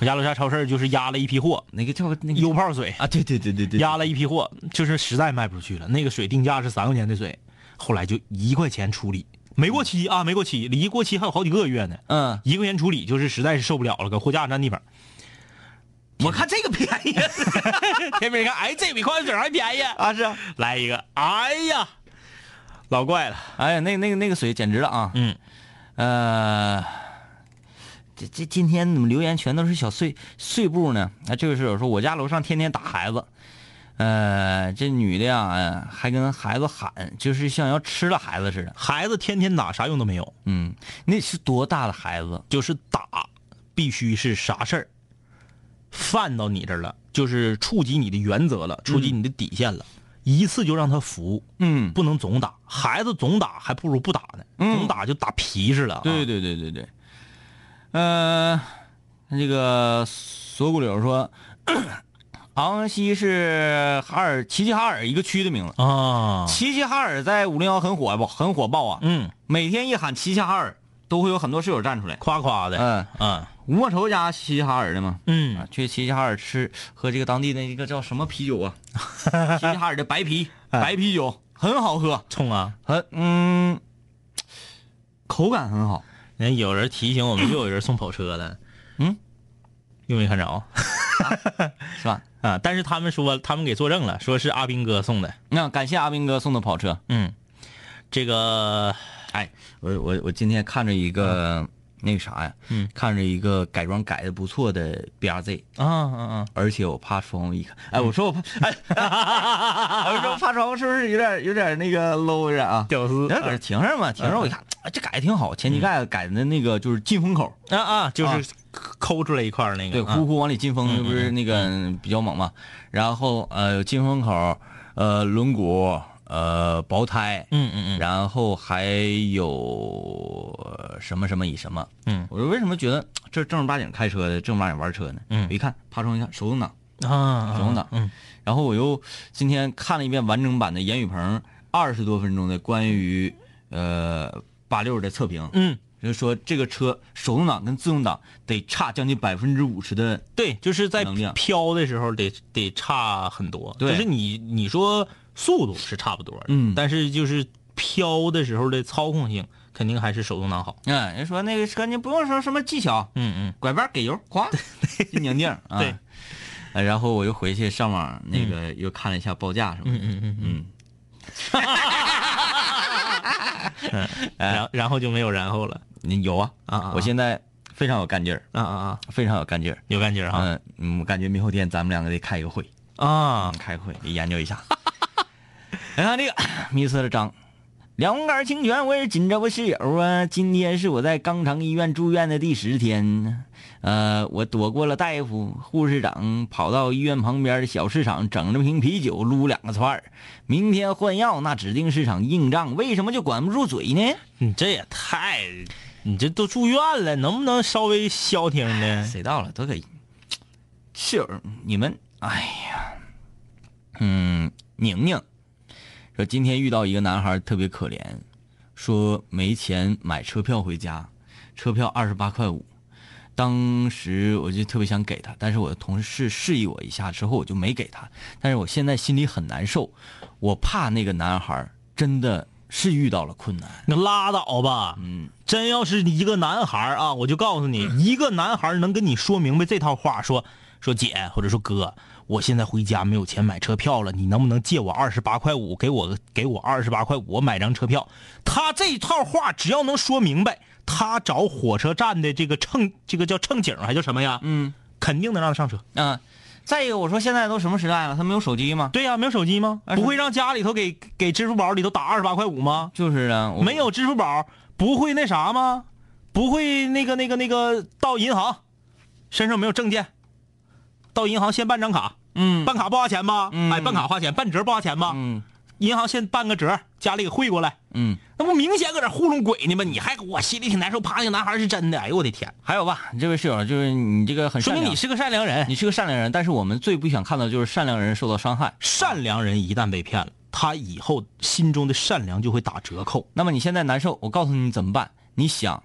Speaker 4: 我家楼下超市儿就是压了一 批货，
Speaker 3: 那个叫那个
Speaker 4: 油泡水
Speaker 3: 啊，对对对对对，
Speaker 4: 压了一批货，就是实在卖不出去了，那个水定价是三块钱的水，后来就一块钱处理，没过期啊，没过期，离过期还有好几个月呢。
Speaker 3: 嗯，
Speaker 4: 一块钱处理就是实在是受不了了，搁货架占地方。
Speaker 3: 我看这个便宜
Speaker 4: 天边一看， 哎，这比矿泉水还便宜。
Speaker 3: 啊是啊，
Speaker 4: 来一个，哎呀，老怪了。
Speaker 3: 哎呀，那个那个那个水简直了啊，
Speaker 4: 嗯，
Speaker 3: 呃，这这今天怎么留言全都是小碎碎步呢？啊，这位室友说，我家楼上天天打孩子，呃，这女的呀，呃还跟孩子喊，就是像要吃了孩子似的。
Speaker 4: 孩子天天打啥用都没有，
Speaker 3: 嗯，那是多大的孩子？
Speaker 4: 就是打必须是啥事儿犯到你这儿了，就是触及你的原则了，触及你的底线了，一次就让他服，
Speaker 3: 嗯，
Speaker 4: 不能总打。孩子总打还不如不打呢，总打就打皮实了、啊。
Speaker 3: 对对对对对，呃，这个锁骨柳说， 昂西是哈尔齐齐哈尔一个区的名字。
Speaker 4: 啊，
Speaker 3: 齐齐哈尔在五零幺很火爆，很火爆啊！
Speaker 4: 嗯，
Speaker 3: 每天一喊齐齐哈尔，都会有很多室友站出来。
Speaker 4: 夸夸的，
Speaker 3: 嗯
Speaker 4: 嗯
Speaker 3: 吴莫愁家齐齐哈尔的嘛，啊
Speaker 4: 嗯，
Speaker 3: 去齐齐哈尔吃喝这个当地的一个叫什么啤酒 啊？齐齐哈尔的白啤，白啤酒很好喝，
Speaker 4: 冲啊！
Speaker 3: 嗯很嗯，口感很好。
Speaker 4: 人家有人提醒我们，又有人送跑车了。
Speaker 3: 嗯，
Speaker 4: 又没看着
Speaker 3: 是吧？
Speaker 4: 啊。但是他们说，他们给作证了，说是阿斌哥送的。
Speaker 3: 那感谢阿斌哥送的跑车。
Speaker 4: 嗯，这个
Speaker 3: 哎，我我我今天看着一个那个啥呀，
Speaker 4: 嗯，
Speaker 3: 看着一个改装改的不错的 BRZ，
Speaker 4: 啊啊啊，
Speaker 3: 而且我怕窗户一看，哎，我说我怕，哎，我说怕窗户是不是有点有点那个 low 着啊？
Speaker 4: 屌丝
Speaker 3: 然后搁这停上嘛，停
Speaker 4: 嗯
Speaker 3: 上我一看，哎这改的挺好，前机盖改的那个就是进风口，
Speaker 4: 啊啊，就是抠出来一块儿那个。
Speaker 3: 对，
Speaker 4: 啊
Speaker 3: 呼呼往里进风，这不
Speaker 4: 嗯
Speaker 3: 是那个比较猛嘛？然后呃，进风口，呃，轮毂，呃，薄胎，
Speaker 4: 嗯嗯嗯，
Speaker 3: 然后还有呃什么什么以什么，
Speaker 4: 嗯，
Speaker 3: 我说为什么觉得这正儿八经开车的，正儿八经玩车呢？
Speaker 4: 嗯
Speaker 3: 我一看，爬窗一看手动挡。
Speaker 4: 啊，
Speaker 3: 手动挡
Speaker 4: 嗯，
Speaker 3: 然后我又今天看了一遍完整版的严雨鹏二十多分钟的关于呃八六的测评，
Speaker 4: 嗯，
Speaker 3: 就是说这个车手动挡跟自动挡得差将近百分之五十的，
Speaker 4: 对，就是在
Speaker 3: 能量
Speaker 4: 飘的时候得得差很多。
Speaker 3: 对
Speaker 4: 就是你你说速度是差不多的，
Speaker 3: 嗯
Speaker 4: 但是就是飘的时候的操控性肯定还是手动挡好。
Speaker 3: 嗯，人说那个车你不用说什么技巧，
Speaker 4: 嗯
Speaker 3: 拐弯给 油，咵就拧定儿啊。
Speaker 4: 对
Speaker 3: 呃，然后我又回去上网那个又看了一下报价什么
Speaker 4: 嗯
Speaker 3: 的，
Speaker 4: 嗯嗯嗯
Speaker 3: 嗯，
Speaker 4: 嗯，然后然后就没有然后了。
Speaker 3: 你有啊
Speaker 4: 啊啊啊
Speaker 3: 我现在非常有干劲儿，
Speaker 4: 啊啊啊，
Speaker 3: 非常有干劲儿。
Speaker 4: 有感觉哈
Speaker 3: 嗯嗯，我感觉明后天咱们两个得开个会。嗯
Speaker 4: 啊
Speaker 3: 开会得研究 一下。来看这个， 迷失了张。两杆儿清泉，我也是紧着我室友啊。今天是我在肛肠医院住院的第十天，呃，我躲过了大夫、护士长，跑到医院旁边的小市场整了瓶啤酒，撸两个串儿。明天换药，那指定市场硬仗，为什么就管不住嘴呢？
Speaker 4: 你这也太，你这都住院了，能不能稍微消停呢？
Speaker 3: 谁到了都给室友你们，哎呀，嗯，宁宁说今天遇到一个男孩特别可怜，说没钱买车票回家，车票二十八块五。当时我就特别想给他，但是我的同事示意我一下之后，我就没给他。但是我现在心里很难受，我怕那个男孩真的是遇到了困难。
Speaker 4: 你拉倒吧！
Speaker 3: 嗯，
Speaker 4: 真要是一个男孩儿啊，我就告诉你，一个男孩儿能跟你说明白这套话，说说姐或者说哥，我现在回家没有钱买车票了，你能不能借我二十八块五，给我给我二十八块五，我买张车票？他这套话只要能说明白，他找火车站的这个乘这个叫乘警还叫什么呀？
Speaker 3: 嗯，
Speaker 4: 肯定能让他上车。
Speaker 3: 啊、再一个，我说现在都什么时代了，他没有手机吗？
Speaker 4: 对呀、没有手机吗？
Speaker 3: 啊
Speaker 4: 不会让家里头给给支付宝里头打二十八块五吗？
Speaker 3: 就是啊，我
Speaker 4: 没有支付宝，不会那啥吗？不会那个那个那个到银行，身上没有证件，到银行先办张卡，
Speaker 3: 嗯
Speaker 4: 办卡不花钱吧？
Speaker 3: 嗯
Speaker 4: 哎，办卡花钱，办折不花钱吧？
Speaker 3: 嗯
Speaker 4: 银行先办个折，家里给汇过来，
Speaker 3: 嗯，
Speaker 4: 那不明显搁这糊弄鬼呢吗？你还我心里挺难受，怕那个男孩是真的，哎呦我的天，
Speaker 3: 还有吧，这位室友，就是你这个很
Speaker 4: 说
Speaker 3: 善
Speaker 4: 明
Speaker 3: 良，
Speaker 4: 你是个善良人。
Speaker 3: 你是个善良人，但是我们最不想看到就是善良人受到伤害。
Speaker 4: 善良人一旦被骗了，他以后心中的善良就会打折扣。
Speaker 3: 那么你现在难受，我告诉你怎么办。你想，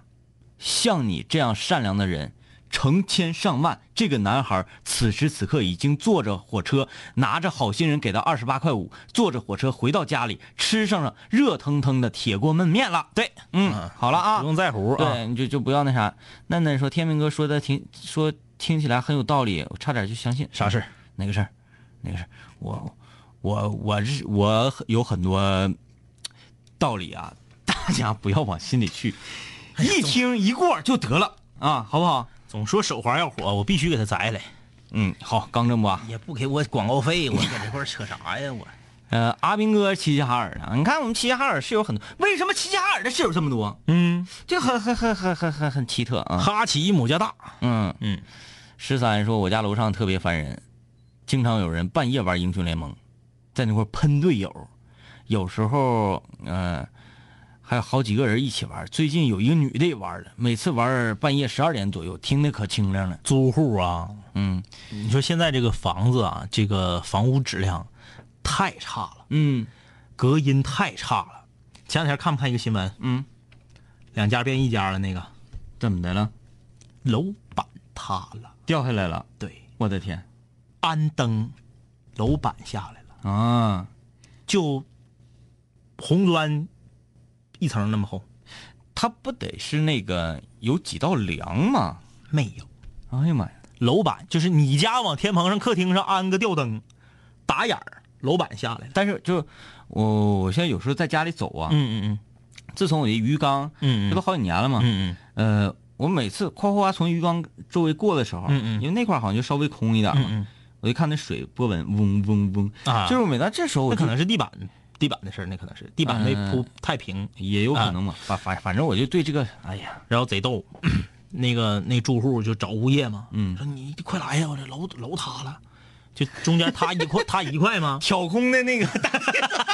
Speaker 3: 像你这样善良的人，成千上万。这个男孩此时此刻已经坐着火车，拿着好心人给的二十八块五，坐着火车回到家里，吃上了热腾腾的铁锅焖面了。对，嗯，好了啊，
Speaker 4: 不用在乎啊。
Speaker 3: 对，你就就不要那啥。嫩嫩说，天明哥说的挺说听起来很有道理，我差点就相信。
Speaker 4: 啥事儿？
Speaker 3: 哪个事儿？哪个事儿？我我我是我有很多道理啊，大家不要往心里去，
Speaker 4: 哎
Speaker 3: 一听一过就得了啊，好不好？
Speaker 4: 总说手滑要火，我必须给他摘来。
Speaker 3: 嗯，好，刚正不阿。
Speaker 4: 也不给我广告费，我搁这块儿扯啥呀？我
Speaker 3: 呃，阿兵哥齐齐哈尔的，你看我们齐齐哈尔室友很多，为什么齐齐哈尔的室友这么多？
Speaker 4: 嗯，
Speaker 3: 这很很很很很很很奇特啊。
Speaker 4: 哈奇某家大，
Speaker 3: 嗯
Speaker 4: 嗯，
Speaker 3: 十三说，我家楼上特别烦人，经常有人半夜玩英雄联盟，在那块儿喷队友，有时候呃还有好几个人一起玩。最近有一个女的也玩了，每次玩儿半夜十二点左右，听得可清亮了。
Speaker 4: 租户啊，
Speaker 3: 嗯
Speaker 4: 你说现在这个房子啊，这个房屋质量太差了，
Speaker 3: 嗯
Speaker 4: 隔音太差了。前两天看没看一个新闻？
Speaker 3: 嗯，
Speaker 4: 两家变一家了，那个
Speaker 3: 怎么的了？
Speaker 4: 楼板塌了，
Speaker 3: 掉下来了！
Speaker 4: 对，
Speaker 3: 我的天
Speaker 4: 安灯，楼板下来了，
Speaker 3: 啊！
Speaker 4: 就红砖一层那么厚，
Speaker 3: 它不得是那个有几道梁吗？
Speaker 4: 没有。
Speaker 3: 哎呀妈呀！
Speaker 4: 楼板，就是你家往天棚上、客厅上安个吊灯，打眼儿，楼板下来了。
Speaker 3: 但是就我我现在有时候在家里走啊，
Speaker 4: 嗯嗯
Speaker 3: 自从我的鱼缸，
Speaker 4: 嗯嗯
Speaker 3: 这都好几年了嘛，
Speaker 4: 嗯
Speaker 3: 呃，我每次哗哗哗从鱼缸周围过的时候，
Speaker 4: 嗯嗯
Speaker 3: 因为那块儿好像就稍微空一点嘛，
Speaker 4: 嗯
Speaker 3: 我就看那水波纹嗡嗡嗡，
Speaker 4: 嗯啊，
Speaker 3: 就
Speaker 4: 就是是
Speaker 3: 我每到这时候我
Speaker 4: 那
Speaker 3: 就
Speaker 4: 可能是地板地板的事儿，那可能是地板没铺太平，
Speaker 3: 也有可能嘛，
Speaker 4: 啊
Speaker 3: 反反反正我就对这个，哎呀，
Speaker 4: 然后贼 逗。那个那住户就找物业嘛，
Speaker 3: 嗯
Speaker 4: 说你快来呀，我这楼楼塌了，就中间塌一 块塌一块嘛，
Speaker 3: 挑空的那个，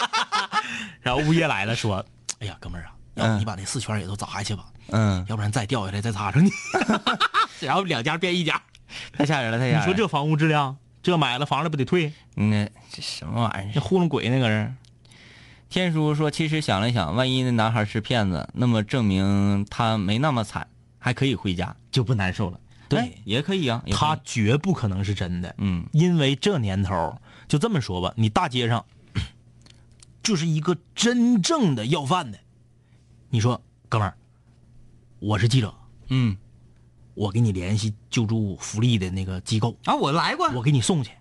Speaker 4: 然后物业来了说，哎呀哥们儿啊，要不
Speaker 3: 嗯
Speaker 4: 你把那四圈也都砸下去吧，
Speaker 3: 嗯，
Speaker 4: 要不然再掉下来再擦 上你，然后两家变一家，
Speaker 3: 太吓人了，太吓人
Speaker 4: 你
Speaker 3: 了。
Speaker 4: 说这房屋质量，这买了房了不得退？
Speaker 3: 那这什么玩意
Speaker 4: 哎
Speaker 3: 儿？
Speaker 4: 那糊弄鬼那个人，
Speaker 3: 天叔说，其实想了想，万一那男孩是骗子，那么证明他没那么惨，还可以回家，就不难受了。
Speaker 4: 对
Speaker 3: 哎也可以啊，也可以
Speaker 4: 他绝不可能是真的，
Speaker 3: 嗯
Speaker 4: 因为这年头儿就这么说吧，你大街上就是一个真正的要饭的，你说哥们儿，我是记者，
Speaker 3: 嗯
Speaker 4: 我给你联系救助福利的那个机构，
Speaker 3: 啊，我来过，
Speaker 4: 我给你送去，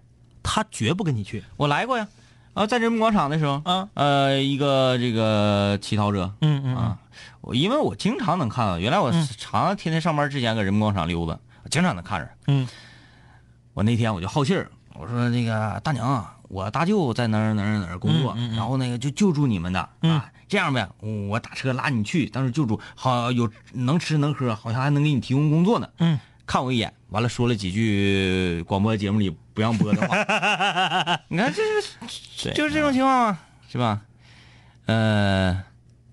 Speaker 4: 他绝不跟你去，
Speaker 3: 我来过呀，啊，在人民广场的时候，
Speaker 4: 啊，
Speaker 3: 呃，一个这个乞讨者，
Speaker 4: 嗯嗯
Speaker 3: 啊，我因为我经常能看到，原来我常常天天上班之前搁人民广场溜达，我经常能看着。
Speaker 4: 嗯，
Speaker 3: 我那天我就好气儿，我说那个大娘啊，我大舅在哪儿哪儿哪儿工作，
Speaker 4: 嗯
Speaker 3: 然后那个就救助你们的、啊，这样呗，我打车拉你去，当时救助好有能吃能喝，好像还能给你提供工作呢。
Speaker 4: 嗯，
Speaker 3: 看我一眼，完了说了几句广播节目里不让播 的话，你看这是就是这种情况嘛，啊是吧？呃，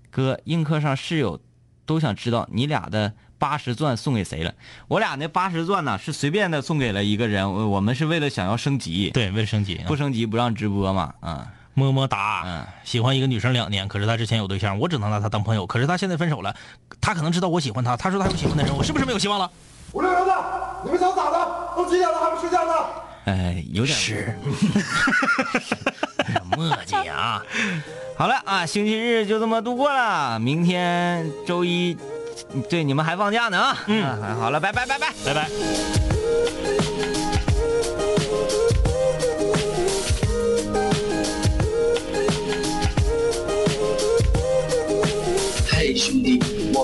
Speaker 3: 哥，映客上室友都想知道你俩的八十钻送给谁了。我俩那八十钻呢是随便的送给了一个人，我我们是为了想要升级，
Speaker 4: 对，为了升级，
Speaker 3: 不升级不让直播嘛，啊、
Speaker 4: 么么哒，
Speaker 3: 嗯
Speaker 4: 喜欢一个女生两年，可是她之前有对象，我只能拿她当朋友，可是她现在分手了，她可能知道我喜欢她，她说她有喜欢的人，我是不是没有希望了？
Speaker 6: 五六零的，你们想咋的？都几点了还不睡觉呢？
Speaker 3: 哎，有点
Speaker 4: 是，墨迹啊，
Speaker 3: 好了啊，星期日就这么度过了，明天周一，对你们还放假呢啊，嗯、啊，好了，拜拜拜拜。
Speaker 4: 拜拜。
Speaker 7: 嘿，兄弟，我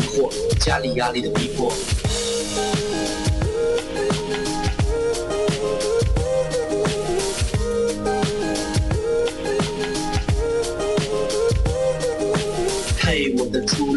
Speaker 7: 惑，家里压力的逼迫。嘿，我的初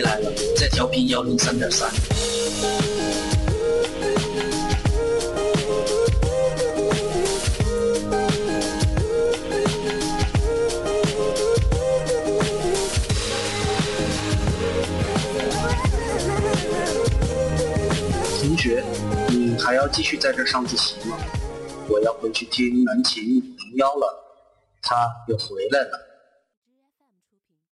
Speaker 7: 来了，在调频幺零三点三。
Speaker 6: 嘿，
Speaker 7: 学，你还要继续在这儿上自习吗？我要回去听南琴五零幺了。他又回来了。